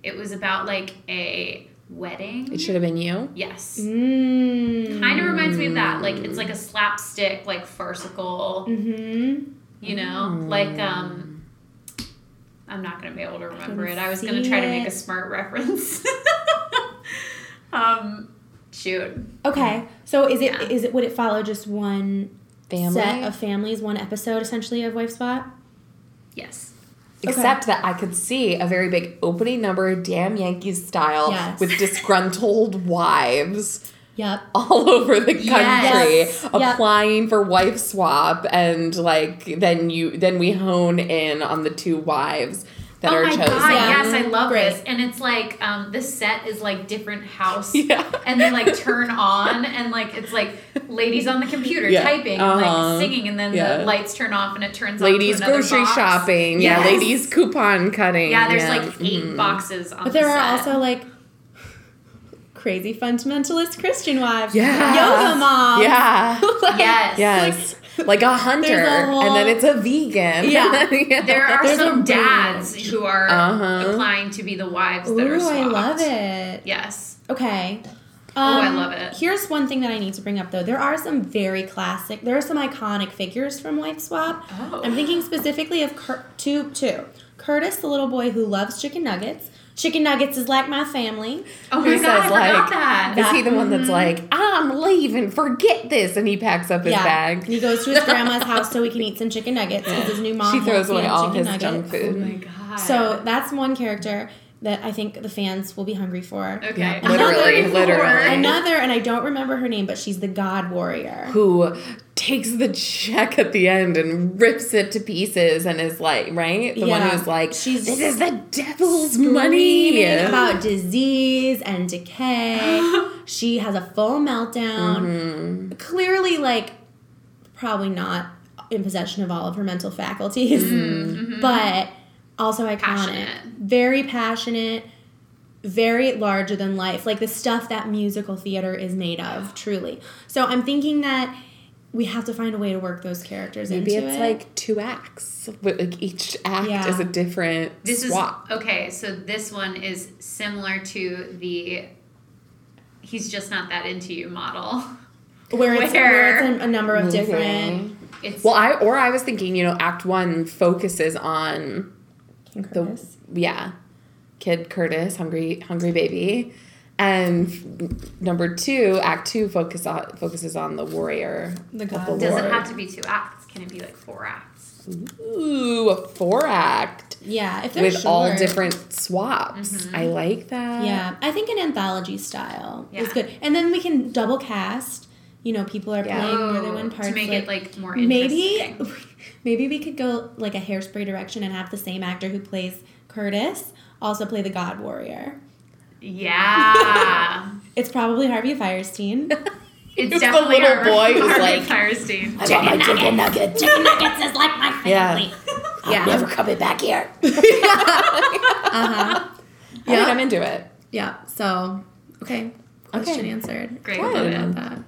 Speaker 4: It was about like a wedding.
Speaker 3: It should have been you.
Speaker 4: Yes.
Speaker 5: Mm.
Speaker 4: Kind of reminds me of that. Like it's like a slapstick, like farcical.
Speaker 5: Mm-hmm.
Speaker 4: You know, like um. I'm not gonna be able to remember it. I was gonna
Speaker 5: see
Speaker 4: try to make
Speaker 5: it.
Speaker 4: a smart [laughs] reference. um, shoot.
Speaker 5: Okay. So is it is
Speaker 4: Yeah.
Speaker 5: it would it follow just one
Speaker 3: Family.
Speaker 5: set of families, one episode essentially of wife swap?
Speaker 4: Yes.
Speaker 3: Except that I could see a very big opening number, damn Yankees style,
Speaker 5: Yes.
Speaker 3: with disgruntled wives
Speaker 5: Yep.
Speaker 3: all [laughs] over the country
Speaker 5: Yes. Yes. Yep.
Speaker 3: applying for wife swap, and like then you then we hone in on the two wives that
Speaker 4: oh
Speaker 3: are
Speaker 4: my
Speaker 3: chosen.
Speaker 4: god!
Speaker 5: Yeah.
Speaker 4: Yes, I love
Speaker 5: Great.
Speaker 4: this. And it's like um, this set is like different
Speaker 3: [laughs]
Speaker 4: house,
Speaker 3: Yeah.
Speaker 4: and they like turn on, and like it's like ladies on the computer
Speaker 3: Yeah.
Speaker 4: typing,
Speaker 3: Uh-huh.
Speaker 4: like singing, and then
Speaker 3: Yeah.
Speaker 4: the lights turn off, and it turns
Speaker 3: Ladies
Speaker 4: on to another
Speaker 3: grocery
Speaker 4: box.
Speaker 3: shopping, yeah.
Speaker 4: Yes.
Speaker 3: Ladies coupon cutting,
Speaker 4: Yeah, there's like 8
Speaker 3: Mhm.
Speaker 4: boxes on.
Speaker 5: But there
Speaker 4: the
Speaker 5: are
Speaker 4: set.
Speaker 5: also like crazy fundamentalist Christian wives.
Speaker 3: Yeah.
Speaker 5: Yoga moms. [laughs]
Speaker 3: yeah,
Speaker 5: Like,
Speaker 4: yes,
Speaker 3: yes, like a hunter,
Speaker 5: whole-
Speaker 3: and then it's a vegan. [laughs]
Speaker 5: Yeah.
Speaker 4: There are
Speaker 5: There's a
Speaker 4: some
Speaker 5: range.
Speaker 4: dads who are
Speaker 3: Uh-huh.
Speaker 4: applying to be the wives that are
Speaker 5: Ooh,
Speaker 4: swapped.
Speaker 5: I love it.
Speaker 4: Yes.
Speaker 5: Okay.
Speaker 4: Oh, I
Speaker 5: Um,
Speaker 4: love it.
Speaker 5: Here's one thing that I need to bring up though. There are some very classic. There are some iconic figures from Wife Swap.
Speaker 4: Oh.
Speaker 5: I'm thinking specifically of Cur- two two. Curtis, the little boy who loves chicken nuggets. Chicken nuggets is like my family.
Speaker 4: Oh
Speaker 3: Who
Speaker 4: my god! I
Speaker 3: says,
Speaker 4: forgot
Speaker 3: like,
Speaker 4: that.
Speaker 3: Is he the one
Speaker 5: Mm-hmm.
Speaker 3: that's like, I'm leaving, forget this, and he packs up his
Speaker 5: And
Speaker 3: bag?
Speaker 5: he goes to his grandma's house so we can eat some chicken nuggets because his new mom.
Speaker 3: She
Speaker 5: won't
Speaker 3: throws
Speaker 5: feed
Speaker 3: away
Speaker 5: him
Speaker 3: all
Speaker 5: chicken
Speaker 3: his junk
Speaker 5: nuggets.
Speaker 4: Oh my
Speaker 3: food.
Speaker 4: god.
Speaker 5: So that's one character that I think the fans will be hungry for.
Speaker 4: okay,
Speaker 3: Yeah,
Speaker 4: I'm
Speaker 5: literally,
Speaker 4: hungry for
Speaker 3: literally.
Speaker 4: it.
Speaker 5: Another, and I don't remember her name, but she's the God Warrior.
Speaker 3: Who takes the check at the end and rips it to pieces and is like, right? The
Speaker 5: Yeah.
Speaker 3: one who's like,
Speaker 5: She's
Speaker 3: this is the devil's
Speaker 5: Money
Speaker 3: money.
Speaker 5: about disease and
Speaker 3: [gasps]
Speaker 5: decay. she has a full meltdown.
Speaker 3: Mm-hmm.
Speaker 5: Clearly, like, probably not in possession of all of her mental faculties,
Speaker 3: Mm-hmm.
Speaker 5: but also iconic.
Speaker 4: Passionate.
Speaker 5: Very passionate, very larger than life. Like the stuff that musical theater is made of, truly. So I'm thinking that we have to find a way to work those characters
Speaker 3: Maybe
Speaker 5: into
Speaker 3: it's
Speaker 5: it.
Speaker 3: like two acts, but like each act
Speaker 5: Yeah.
Speaker 3: is a different
Speaker 4: This
Speaker 3: swap.
Speaker 4: is okay. So this one is similar to the "he's just not that into you" model.
Speaker 5: where it's,
Speaker 4: where-
Speaker 5: where it's a, a number of different.
Speaker 4: It's
Speaker 3: Well, I or I was thinking, you know, Act One focuses on the
Speaker 5: Curtis.
Speaker 3: yeah, Kid Curtis, hungry hungry baby, and f- number two, Act Two focus on, focuses on the warrior.
Speaker 5: The
Speaker 3: of
Speaker 5: god.
Speaker 4: doesn't
Speaker 3: Lord.
Speaker 4: have to be two acts. Can it be like four acts?
Speaker 3: Ooh, a four act
Speaker 5: Yeah, if they're
Speaker 3: with all
Speaker 5: short.
Speaker 3: different swaps. I like that.
Speaker 5: Yeah, I think an anthology style is
Speaker 4: Yeah.
Speaker 5: good, and then we can double cast. you know, people are
Speaker 3: Yeah.
Speaker 5: playing more than
Speaker 4: Oh,
Speaker 5: one parts.
Speaker 4: to make
Speaker 5: like,
Speaker 4: it like more
Speaker 5: maybe
Speaker 4: interesting.
Speaker 5: [laughs] maybe we could go like a hairspray direction and have the same actor who plays Curtis also play the God Warrior.
Speaker 4: yeah.
Speaker 5: It's probably
Speaker 4: [laughs]
Speaker 5: Harvey [laughs] Feinstein.
Speaker 3: [laughs]
Speaker 4: It's
Speaker 3: was the
Speaker 4: definitely
Speaker 3: little
Speaker 4: our
Speaker 3: boy who's
Speaker 4: Harvey
Speaker 3: like-
Speaker 4: Firestein.
Speaker 3: Chicken nugget, nugget.
Speaker 5: Chicken nuggets is like my favorite.
Speaker 3: Yeah.
Speaker 5: Yeah.
Speaker 3: Never coming back here.
Speaker 5: Uh-huh.
Speaker 3: Yeah.
Speaker 5: Yeah.
Speaker 3: I'm into it.
Speaker 5: Yeah. So okay. Question answered.
Speaker 4: Great, love it.
Speaker 5: About that.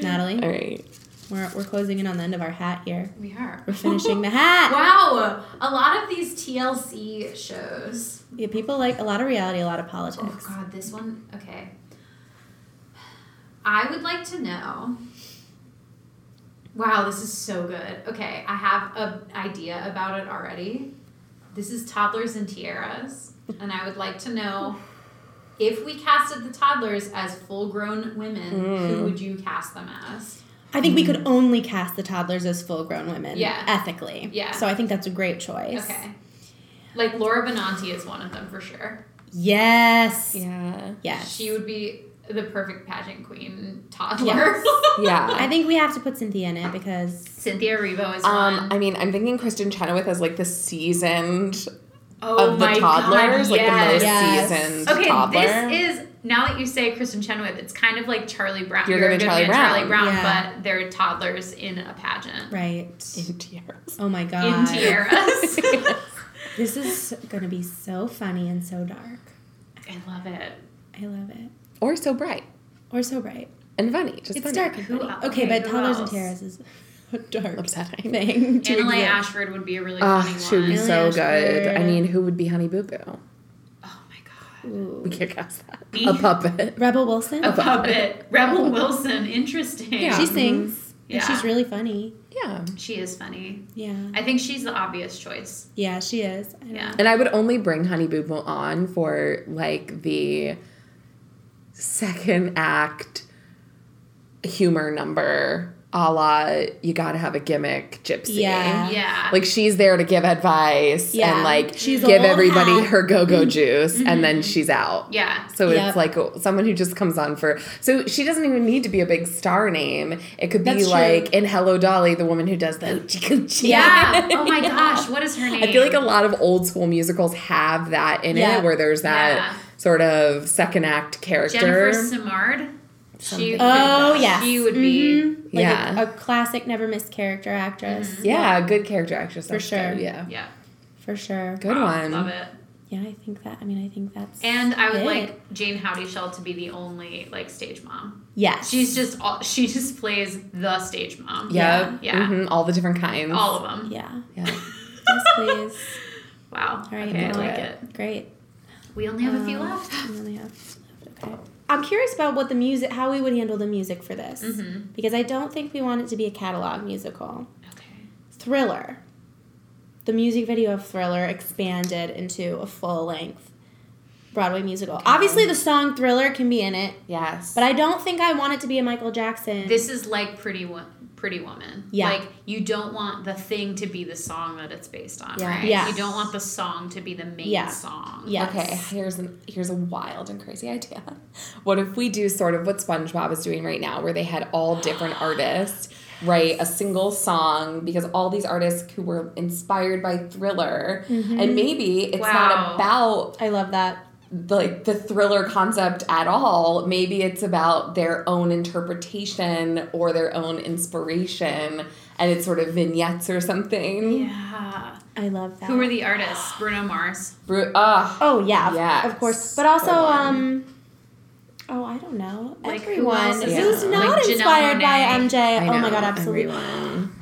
Speaker 5: Natalie,
Speaker 3: All right.
Speaker 5: we're, we're closing in on the end of our hat here.
Speaker 4: We are.
Speaker 5: We're finishing
Speaker 4: [laughs]
Speaker 5: the hat.
Speaker 6: Wow, a lot of these TLC shows.
Speaker 5: Yeah, people like a lot of reality, a lot of politics.
Speaker 6: Oh god, this one. Okay. I would like to know. Wow, this is so good. Okay, I have an idea about it already. This is toddlers and tiaras, and I would like to know if we casted the toddlers as full-grown women,
Speaker 5: Hmm.
Speaker 6: who would you cast them as?
Speaker 5: I think we could only cast the toddlers as full-grown women.
Speaker 6: Yeah.
Speaker 5: Ethically.
Speaker 6: Yeah.
Speaker 5: So I think that's a great choice.
Speaker 6: Okay. Like Laura Benanti is one of them for sure.
Speaker 5: Yes.
Speaker 3: Yeah.
Speaker 5: Yes.
Speaker 6: She would be the perfect pageant queen toddler.
Speaker 5: Yes.
Speaker 3: Yeah.
Speaker 5: I think we have to put Cynthia in it because
Speaker 6: [laughs] Cynthia Revo is
Speaker 3: Um,
Speaker 6: one.
Speaker 3: I mean, I'm thinking Kristen Chenoweth as like the seasoned
Speaker 6: Oh
Speaker 3: of the
Speaker 6: my
Speaker 3: toddlers,
Speaker 6: God,
Speaker 3: like the
Speaker 6: yes.
Speaker 3: most
Speaker 5: Yes.
Speaker 3: seasoned
Speaker 4: Okay,
Speaker 3: toddler.
Speaker 4: this is now that you say Kristen Chenoweth, it's kind of like Charlie Brown.
Speaker 3: You're
Speaker 4: You're
Speaker 3: gonna
Speaker 4: a good
Speaker 3: Charlie
Speaker 4: man,
Speaker 3: Brown.
Speaker 4: Charlie Brown,
Speaker 5: Yeah.
Speaker 4: but they're toddlers in a pageant
Speaker 5: right.
Speaker 3: In tiaras.
Speaker 5: Oh my
Speaker 4: in
Speaker 5: god.
Speaker 4: tiaras.
Speaker 3: [laughs]
Speaker 4: [laughs]
Speaker 5: This is going to be so funny and so dark.
Speaker 4: I love it.
Speaker 5: I love it.
Speaker 3: or so bright
Speaker 5: Or so bright.
Speaker 3: and funny. Just
Speaker 5: It's
Speaker 3: funny.
Speaker 5: dark. and
Speaker 4: Who
Speaker 5: funny.
Speaker 4: el-
Speaker 5: Okay,
Speaker 4: okay,
Speaker 5: but
Speaker 4: who
Speaker 5: toddlers and
Speaker 4: else?
Speaker 5: terrors is a dark
Speaker 3: Upsetting.
Speaker 5: thing. to
Speaker 4: Annalee
Speaker 5: exist.
Speaker 4: Ashford would be a really
Speaker 3: Ah,
Speaker 4: funny
Speaker 3: she would be
Speaker 4: one.
Speaker 5: Really
Speaker 3: so
Speaker 5: Ashford.
Speaker 3: good. I mean, who would be Honey Boo Boo?
Speaker 4: Oh my
Speaker 3: [laughs]
Speaker 4: god.
Speaker 5: Ooh.
Speaker 3: We can't cast that.
Speaker 4: Me?
Speaker 3: A puppet. [laughs]
Speaker 5: Rebel Wilson.
Speaker 4: A puppet. Rebel Wilson. Interesting.
Speaker 3: Yeah.
Speaker 5: She sings. And
Speaker 4: Um, Yeah.
Speaker 5: she's really funny.
Speaker 3: Yeah.
Speaker 4: She is funny.
Speaker 5: Yeah.
Speaker 4: I think she's the obvious choice.
Speaker 5: Yeah, she is. I don't
Speaker 4: Yeah.
Speaker 5: know.
Speaker 3: And I would only bring Honey Boo Boo on for like the second act humor number a la you gotta have a gimmick gypsy.
Speaker 5: Yeah.
Speaker 4: Yeah.
Speaker 3: Like she's there to give advice
Speaker 5: Yeah.
Speaker 3: and like
Speaker 5: She's
Speaker 3: give
Speaker 5: old
Speaker 3: everybody
Speaker 5: hat.
Speaker 3: her go go juice and then she's out.
Speaker 4: Mm-hmm. yeah.
Speaker 3: So
Speaker 5: Yep.
Speaker 3: it's like someone who just comes on for. So she doesn't even need to be a big star name. It could be
Speaker 5: That's true.
Speaker 3: like in Hello Dolly, the woman who does the oochie coochie. [laughs]
Speaker 4: Yeah. Oh my gosh. What is her name?
Speaker 3: I feel like a lot of old school musicals have that in
Speaker 5: Yeah.
Speaker 3: it, where there's that
Speaker 4: Yeah.
Speaker 3: sort of second act character.
Speaker 4: Jennifer Simard. She
Speaker 3: Something.
Speaker 5: Oh, yes.
Speaker 4: She would be
Speaker 5: Mhm. Like
Speaker 3: Yeah.
Speaker 5: a, a classic never miss character actress.
Speaker 4: Mm-hmm.
Speaker 3: yeah, good character actress
Speaker 5: For
Speaker 3: that's good,
Speaker 5: sure.
Speaker 3: Yeah,
Speaker 4: Yeah.
Speaker 5: For sure.
Speaker 3: good one.
Speaker 4: Love it.
Speaker 5: Yeah, I think that I mean I think that's
Speaker 4: And I would
Speaker 5: it.
Speaker 4: like Jane Howdyshell to be the only like stage mom.
Speaker 5: Yes.
Speaker 4: She's just all, [laughs] she just plays the stage mom.
Speaker 3: Yep.
Speaker 4: Yeah.
Speaker 3: Mhm, All the different kinds.
Speaker 4: All of them.
Speaker 5: Yeah.
Speaker 3: Yeah.
Speaker 5: Yes, please.
Speaker 4: Wow.
Speaker 5: All right,
Speaker 4: okay, I
Speaker 5: well,
Speaker 4: like
Speaker 3: yeah.
Speaker 4: it.
Speaker 5: Great.
Speaker 4: We only have a
Speaker 5: Um,
Speaker 4: few left.
Speaker 5: We only have- okay. I'm curious about what the music, how we would handle the music for this,
Speaker 4: Mm-hmm.
Speaker 5: because I don't think we want it to be a catalog musical.
Speaker 4: Okay.
Speaker 5: Thriller. The music video of Thriller expanded into a full length Broadway musical. Obviously, the song Thriller can be in it,
Speaker 3: Yes.
Speaker 5: but I don't think I want it to be a Michael Jackson.
Speaker 4: This is like Pretty Wo- Pretty Woman.
Speaker 5: Yeah.
Speaker 4: Like you don't want the thing to be the song that it's based on,
Speaker 3: Yeah.
Speaker 4: right?
Speaker 5: Yes.
Speaker 4: You don't want the song to be the main
Speaker 5: Yeah.
Speaker 4: song.
Speaker 5: yes.
Speaker 3: Okay, here's an here's a wild and crazy idea. [laughs] What if we do sort of what SpongeBob is doing right now, where they had all
Speaker 4: [gasps]
Speaker 3: different artists write a single song because all these artists who were inspired by Thriller, and maybe it's
Speaker 4: Mm-hmm. Wow.
Speaker 3: not about
Speaker 5: I love that.
Speaker 3: the, like the thriller concept at all. Maybe it's about their own interpretation or their own inspiration, and it's sort of vignettes or something.
Speaker 4: Yeah.
Speaker 5: I love that.
Speaker 4: Who are the artists?
Speaker 5: [gasps]
Speaker 4: Bruno Mars.
Speaker 3: Bru- ah,
Speaker 5: Oh yeah, of-
Speaker 3: Yes.
Speaker 5: of course. But also,
Speaker 3: Go on.
Speaker 5: um, oh I don't know.
Speaker 4: Like, who
Speaker 5: everyone
Speaker 4: else is
Speaker 5: who's
Speaker 3: there?
Speaker 5: not
Speaker 4: Like, Janelle
Speaker 5: inspired by
Speaker 4: Monáe.
Speaker 5: MJ.
Speaker 3: I
Speaker 5: oh my
Speaker 3: know,
Speaker 5: god, absolutely.
Speaker 3: everyone.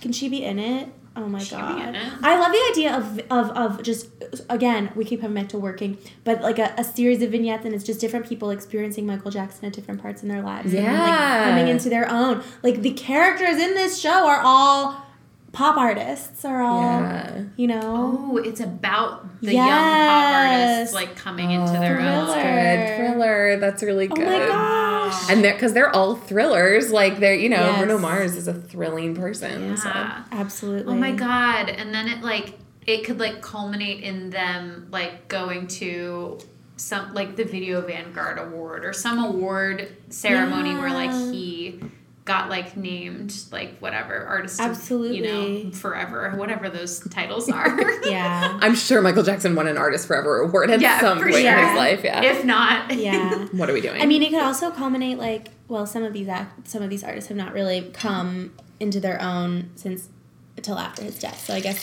Speaker 5: Can she be in it? Oh my
Speaker 4: She
Speaker 5: god.
Speaker 4: be in it.
Speaker 5: I love the idea of, of of just again we keep coming back to working, but like a, a series of vignettes and it's just different people experiencing Michael Jackson at different parts in their lives. and,
Speaker 3: Yeah.
Speaker 5: like, coming into their own. Like the characters in this show are all pop artists. Are all
Speaker 3: Yeah.
Speaker 5: you know?
Speaker 4: Oh, it's about the young pop
Speaker 5: Yes. Oh,
Speaker 4: artists like coming into their
Speaker 5: Thriller.
Speaker 4: own.
Speaker 3: Good thriller. That's really
Speaker 5: Oh
Speaker 3: good.
Speaker 5: my gosh.
Speaker 3: And they're because they're all thrillers. Like they're you know
Speaker 5: Yes.
Speaker 3: Bruno Mars is a thrilling person. So.
Speaker 4: Yeah.
Speaker 5: Absolutely.
Speaker 4: Oh my god. And then it like it could like culminate in them like going to some like the Video Vanguard Award or some award ceremony where like
Speaker 5: Yeah.
Speaker 4: he got like named like whatever artist you
Speaker 5: Absolutely.
Speaker 4: know forever whatever those
Speaker 5: [laughs]
Speaker 4: titles are.
Speaker 5: Yeah.
Speaker 3: I'm sure Michael Jackson won an Artist Forever award at
Speaker 4: Yeah,
Speaker 3: some
Speaker 4: for
Speaker 3: point in
Speaker 5: sure.
Speaker 3: his life. Yeah.
Speaker 4: If not, [laughs]
Speaker 5: Yeah.
Speaker 3: what are we doing?
Speaker 5: I mean, it could also culminate like well, some of these act- some of these artists have not really come into their own since until after his death. So I guess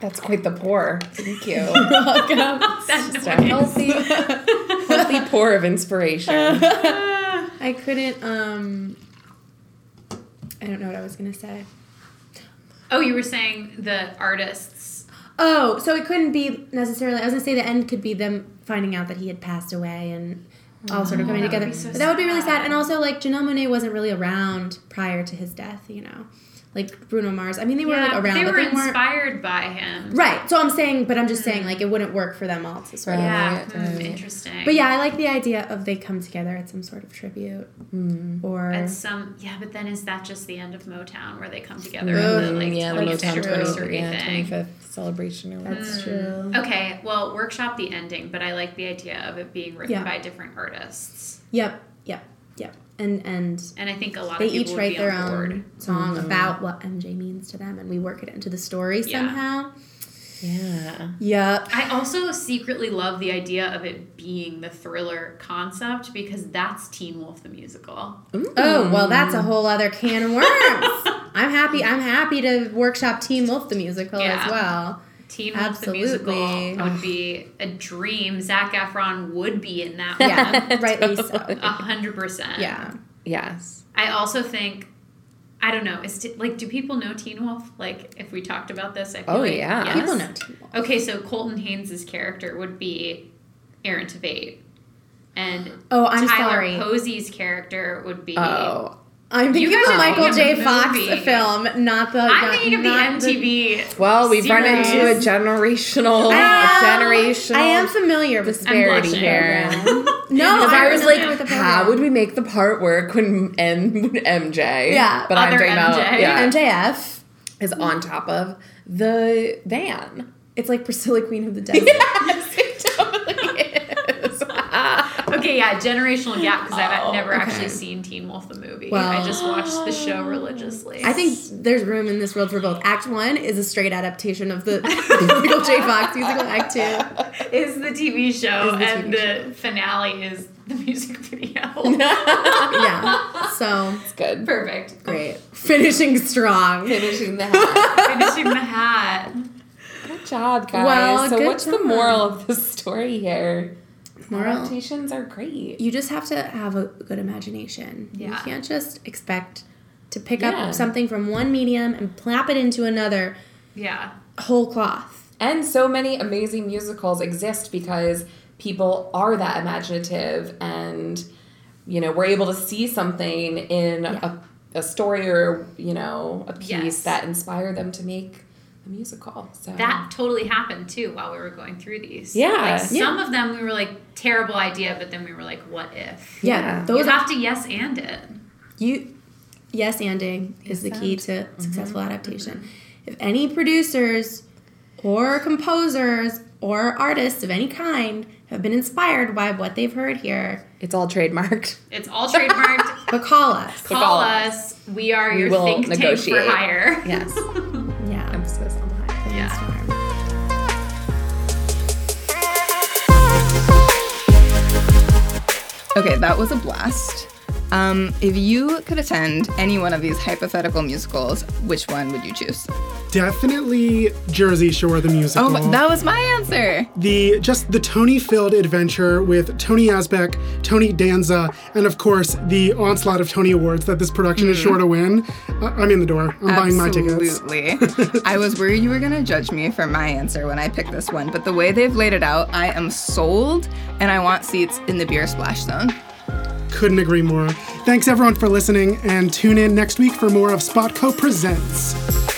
Speaker 3: that's quite the pour.
Speaker 5: [laughs]
Speaker 3: Thank you.
Speaker 4: that's
Speaker 3: Just a healthy,
Speaker 5: [laughs]
Speaker 3: healthy pour of inspiration.
Speaker 5: I couldn't. um I don't know what I was gonna say.
Speaker 4: Oh, you were saying the artists.
Speaker 5: Oh, so it couldn't be necessarily. I was gonna say the end could be them finding out that he had passed away and all sort of coming
Speaker 4: Oh, that would
Speaker 5: together.
Speaker 4: be so
Speaker 5: but that would be really
Speaker 4: sad.
Speaker 5: sad. And also, like Janelle Monet wasn't really around prior to his death. You know, like Bruno Mars. I mean, they were
Speaker 4: Yeah,
Speaker 5: like, around,
Speaker 4: they
Speaker 5: but
Speaker 4: were
Speaker 5: they weren't.
Speaker 4: inspired by him.
Speaker 5: Right. So I'm saying, but I'm just saying, like it wouldn't work for them all to sort of.
Speaker 4: Mm. Yeah,
Speaker 3: Right,
Speaker 4: hmm,
Speaker 3: right.
Speaker 4: interesting.
Speaker 5: But yeah, I like the idea of they come together at some sort of tribute
Speaker 4: Mm.
Speaker 5: or
Speaker 4: At some yeah, but then is that just the end of Motown where they come together
Speaker 5: Mm,
Speaker 4: at the like
Speaker 3: yeah, the
Speaker 4: 25th
Speaker 3: Motown
Speaker 4: anniversary
Speaker 3: 20, yeah,
Speaker 4: thing?
Speaker 3: 25th celebration or whatever.
Speaker 5: that's true.
Speaker 4: Okay, well, workshop the ending, but I like the idea of it being written
Speaker 5: Yeah.
Speaker 4: by different artists,
Speaker 5: Yep. Yep. Yep. And and
Speaker 4: and I think a lot
Speaker 5: they
Speaker 4: of people
Speaker 5: each
Speaker 4: would
Speaker 5: write
Speaker 4: be
Speaker 5: their
Speaker 4: on board. Mm-hmm.
Speaker 5: own song about what MJ means to them, and we work it into the story
Speaker 4: Yeah.
Speaker 5: somehow.
Speaker 3: Yeah.
Speaker 5: Yep.
Speaker 4: I also secretly love the idea of it being the thriller concept because that's Teen Wolf the musical.
Speaker 5: Oh well, that's
Speaker 4: Mm.
Speaker 5: a whole other can of worms.
Speaker 4: [laughs]
Speaker 5: I'm happy. I'm happy to workshop Teen Wolf the musical
Speaker 4: Yeah. [laughs]
Speaker 5: as well.
Speaker 4: Teen Wolf the
Speaker 5: Absolutely.
Speaker 4: musical would be a dream. Zach Efron would be in that one.
Speaker 5: Yeah, rightly so.
Speaker 4: A hundred percent.
Speaker 5: Yeah.
Speaker 3: Yes.
Speaker 4: I also think I don't know. Is t- like do people know Teen Wolf? Like if we talked about this, I feel
Speaker 3: Oh,
Speaker 4: like
Speaker 3: yeah.
Speaker 4: yes.
Speaker 5: People know Teen Wolf.
Speaker 4: Okay, so Colton Haynes' character would be Aaron Tveit, and
Speaker 5: Oh, I'm
Speaker 4: Tyler
Speaker 5: sorry.
Speaker 4: Posey's character would be.
Speaker 3: Oh.
Speaker 5: I'm thinking
Speaker 4: guys
Speaker 5: of
Speaker 4: are
Speaker 5: Michael
Speaker 4: thinking of
Speaker 5: J.
Speaker 4: the
Speaker 5: Fox
Speaker 4: movie.
Speaker 5: film, not the.
Speaker 4: I'm
Speaker 5: not-
Speaker 4: thinking of the
Speaker 5: Oh, not
Speaker 4: MTV.
Speaker 3: Well, we've run
Speaker 4: series.
Speaker 3: into a generational,
Speaker 5: I am-
Speaker 3: a generational
Speaker 5: Ah, I am familiar with this.
Speaker 3: disparity
Speaker 4: blushing.
Speaker 3: here.
Speaker 5: No,
Speaker 3: Because I was
Speaker 5: remember
Speaker 3: like,
Speaker 5: with the
Speaker 3: how
Speaker 5: program.
Speaker 3: would we make the part work when M when MJ?
Speaker 5: Yeah.
Speaker 3: but I'm
Speaker 4: Other
Speaker 3: talking about
Speaker 4: MJ.
Speaker 3: yeah,
Speaker 5: MJF?
Speaker 3: is on top of the van.
Speaker 5: It's like Priscilla Queen of the Desert.
Speaker 4: Okay, yeah, generational gap because I've never actually seen Teen Wolf the movie. I
Speaker 5: Oh, Well.
Speaker 4: just watched the show religiously.
Speaker 5: I think there's room in this world for both. Act one is a straight adaptation
Speaker 3: [laughs]
Speaker 5: of the Michael J. Fox musical. Act two,
Speaker 4: is the TV show
Speaker 5: the
Speaker 4: and
Speaker 5: TV
Speaker 4: the finale is the [laughs] music video.
Speaker 3: [laughs]
Speaker 5: yeah. So
Speaker 3: Good.
Speaker 4: Perfect.
Speaker 5: great, finishing
Speaker 3: [laughs]
Speaker 5: strong.
Speaker 3: Finishing the hat.
Speaker 4: Finishing the hat.
Speaker 3: Good job, guys.
Speaker 5: Well,
Speaker 3: so
Speaker 5: good
Speaker 3: what's the
Speaker 5: job.
Speaker 3: moral of the story here?
Speaker 5: Moral.
Speaker 3: Adaptations are great.
Speaker 5: You just have to have a good imagination. You
Speaker 4: Yeah.
Speaker 5: can't just expect to pick
Speaker 3: Yeah.
Speaker 5: up something from one medium and plop it into another
Speaker 4: Yeah.
Speaker 5: whole cloth.
Speaker 3: And so many amazing musicals exist because people are that imaginative and, you know, we're able to see something in a, a story or, you know, a piece
Speaker 4: Yes.
Speaker 3: that inspired them to make a musical. So
Speaker 4: That totally happened too while we were going through these.
Speaker 3: Yeah,
Speaker 4: Like
Speaker 3: yeah.
Speaker 4: some of them we were like, terrible idea, but then we were like, what if?
Speaker 5: Yeah,
Speaker 3: Yeah.
Speaker 4: You
Speaker 5: those are
Speaker 4: have to yes and it.
Speaker 5: you yes anding is the key to successful
Speaker 3: Mm-hmm.
Speaker 5: adaptation if any producers or composers or artists of any kind have been inspired by what they've heard here
Speaker 3: it's all trademarked.
Speaker 4: It's all
Speaker 3: [laughs]
Speaker 4: trademarked.
Speaker 5: but call us
Speaker 4: Call,
Speaker 3: all of
Speaker 4: us. We are
Speaker 3: We
Speaker 4: your
Speaker 3: will
Speaker 4: think tank
Speaker 3: negotiate.
Speaker 4: for hire.
Speaker 3: [laughs] Yes.
Speaker 5: yeah
Speaker 3: Emphasis on that.
Speaker 4: [laughs] yeah.
Speaker 1: Okay, that was a blast. Um, if you could attend any one of these hypothetical musicals, which one would you choose?
Speaker 2: Definitely Jersey Shore the musical.
Speaker 1: Oh, my- that was my answer.
Speaker 2: the just the Tony filled adventure with Tony Asbeck, Tony Danza, and of course the onslaught of Tony Awards that this production is sure to win. I- I'm in the door. I'm buying my tickets.
Speaker 1: Hmm. Absolutely. I was worried you were going to judge me for my answer when I picked this one, but the way they've laid it out, I am sold and I want seats in the beer splash zone.
Speaker 2: Couldn't agree more. Thanks everyone for listening, and tune in next week for more of Spotco Presents.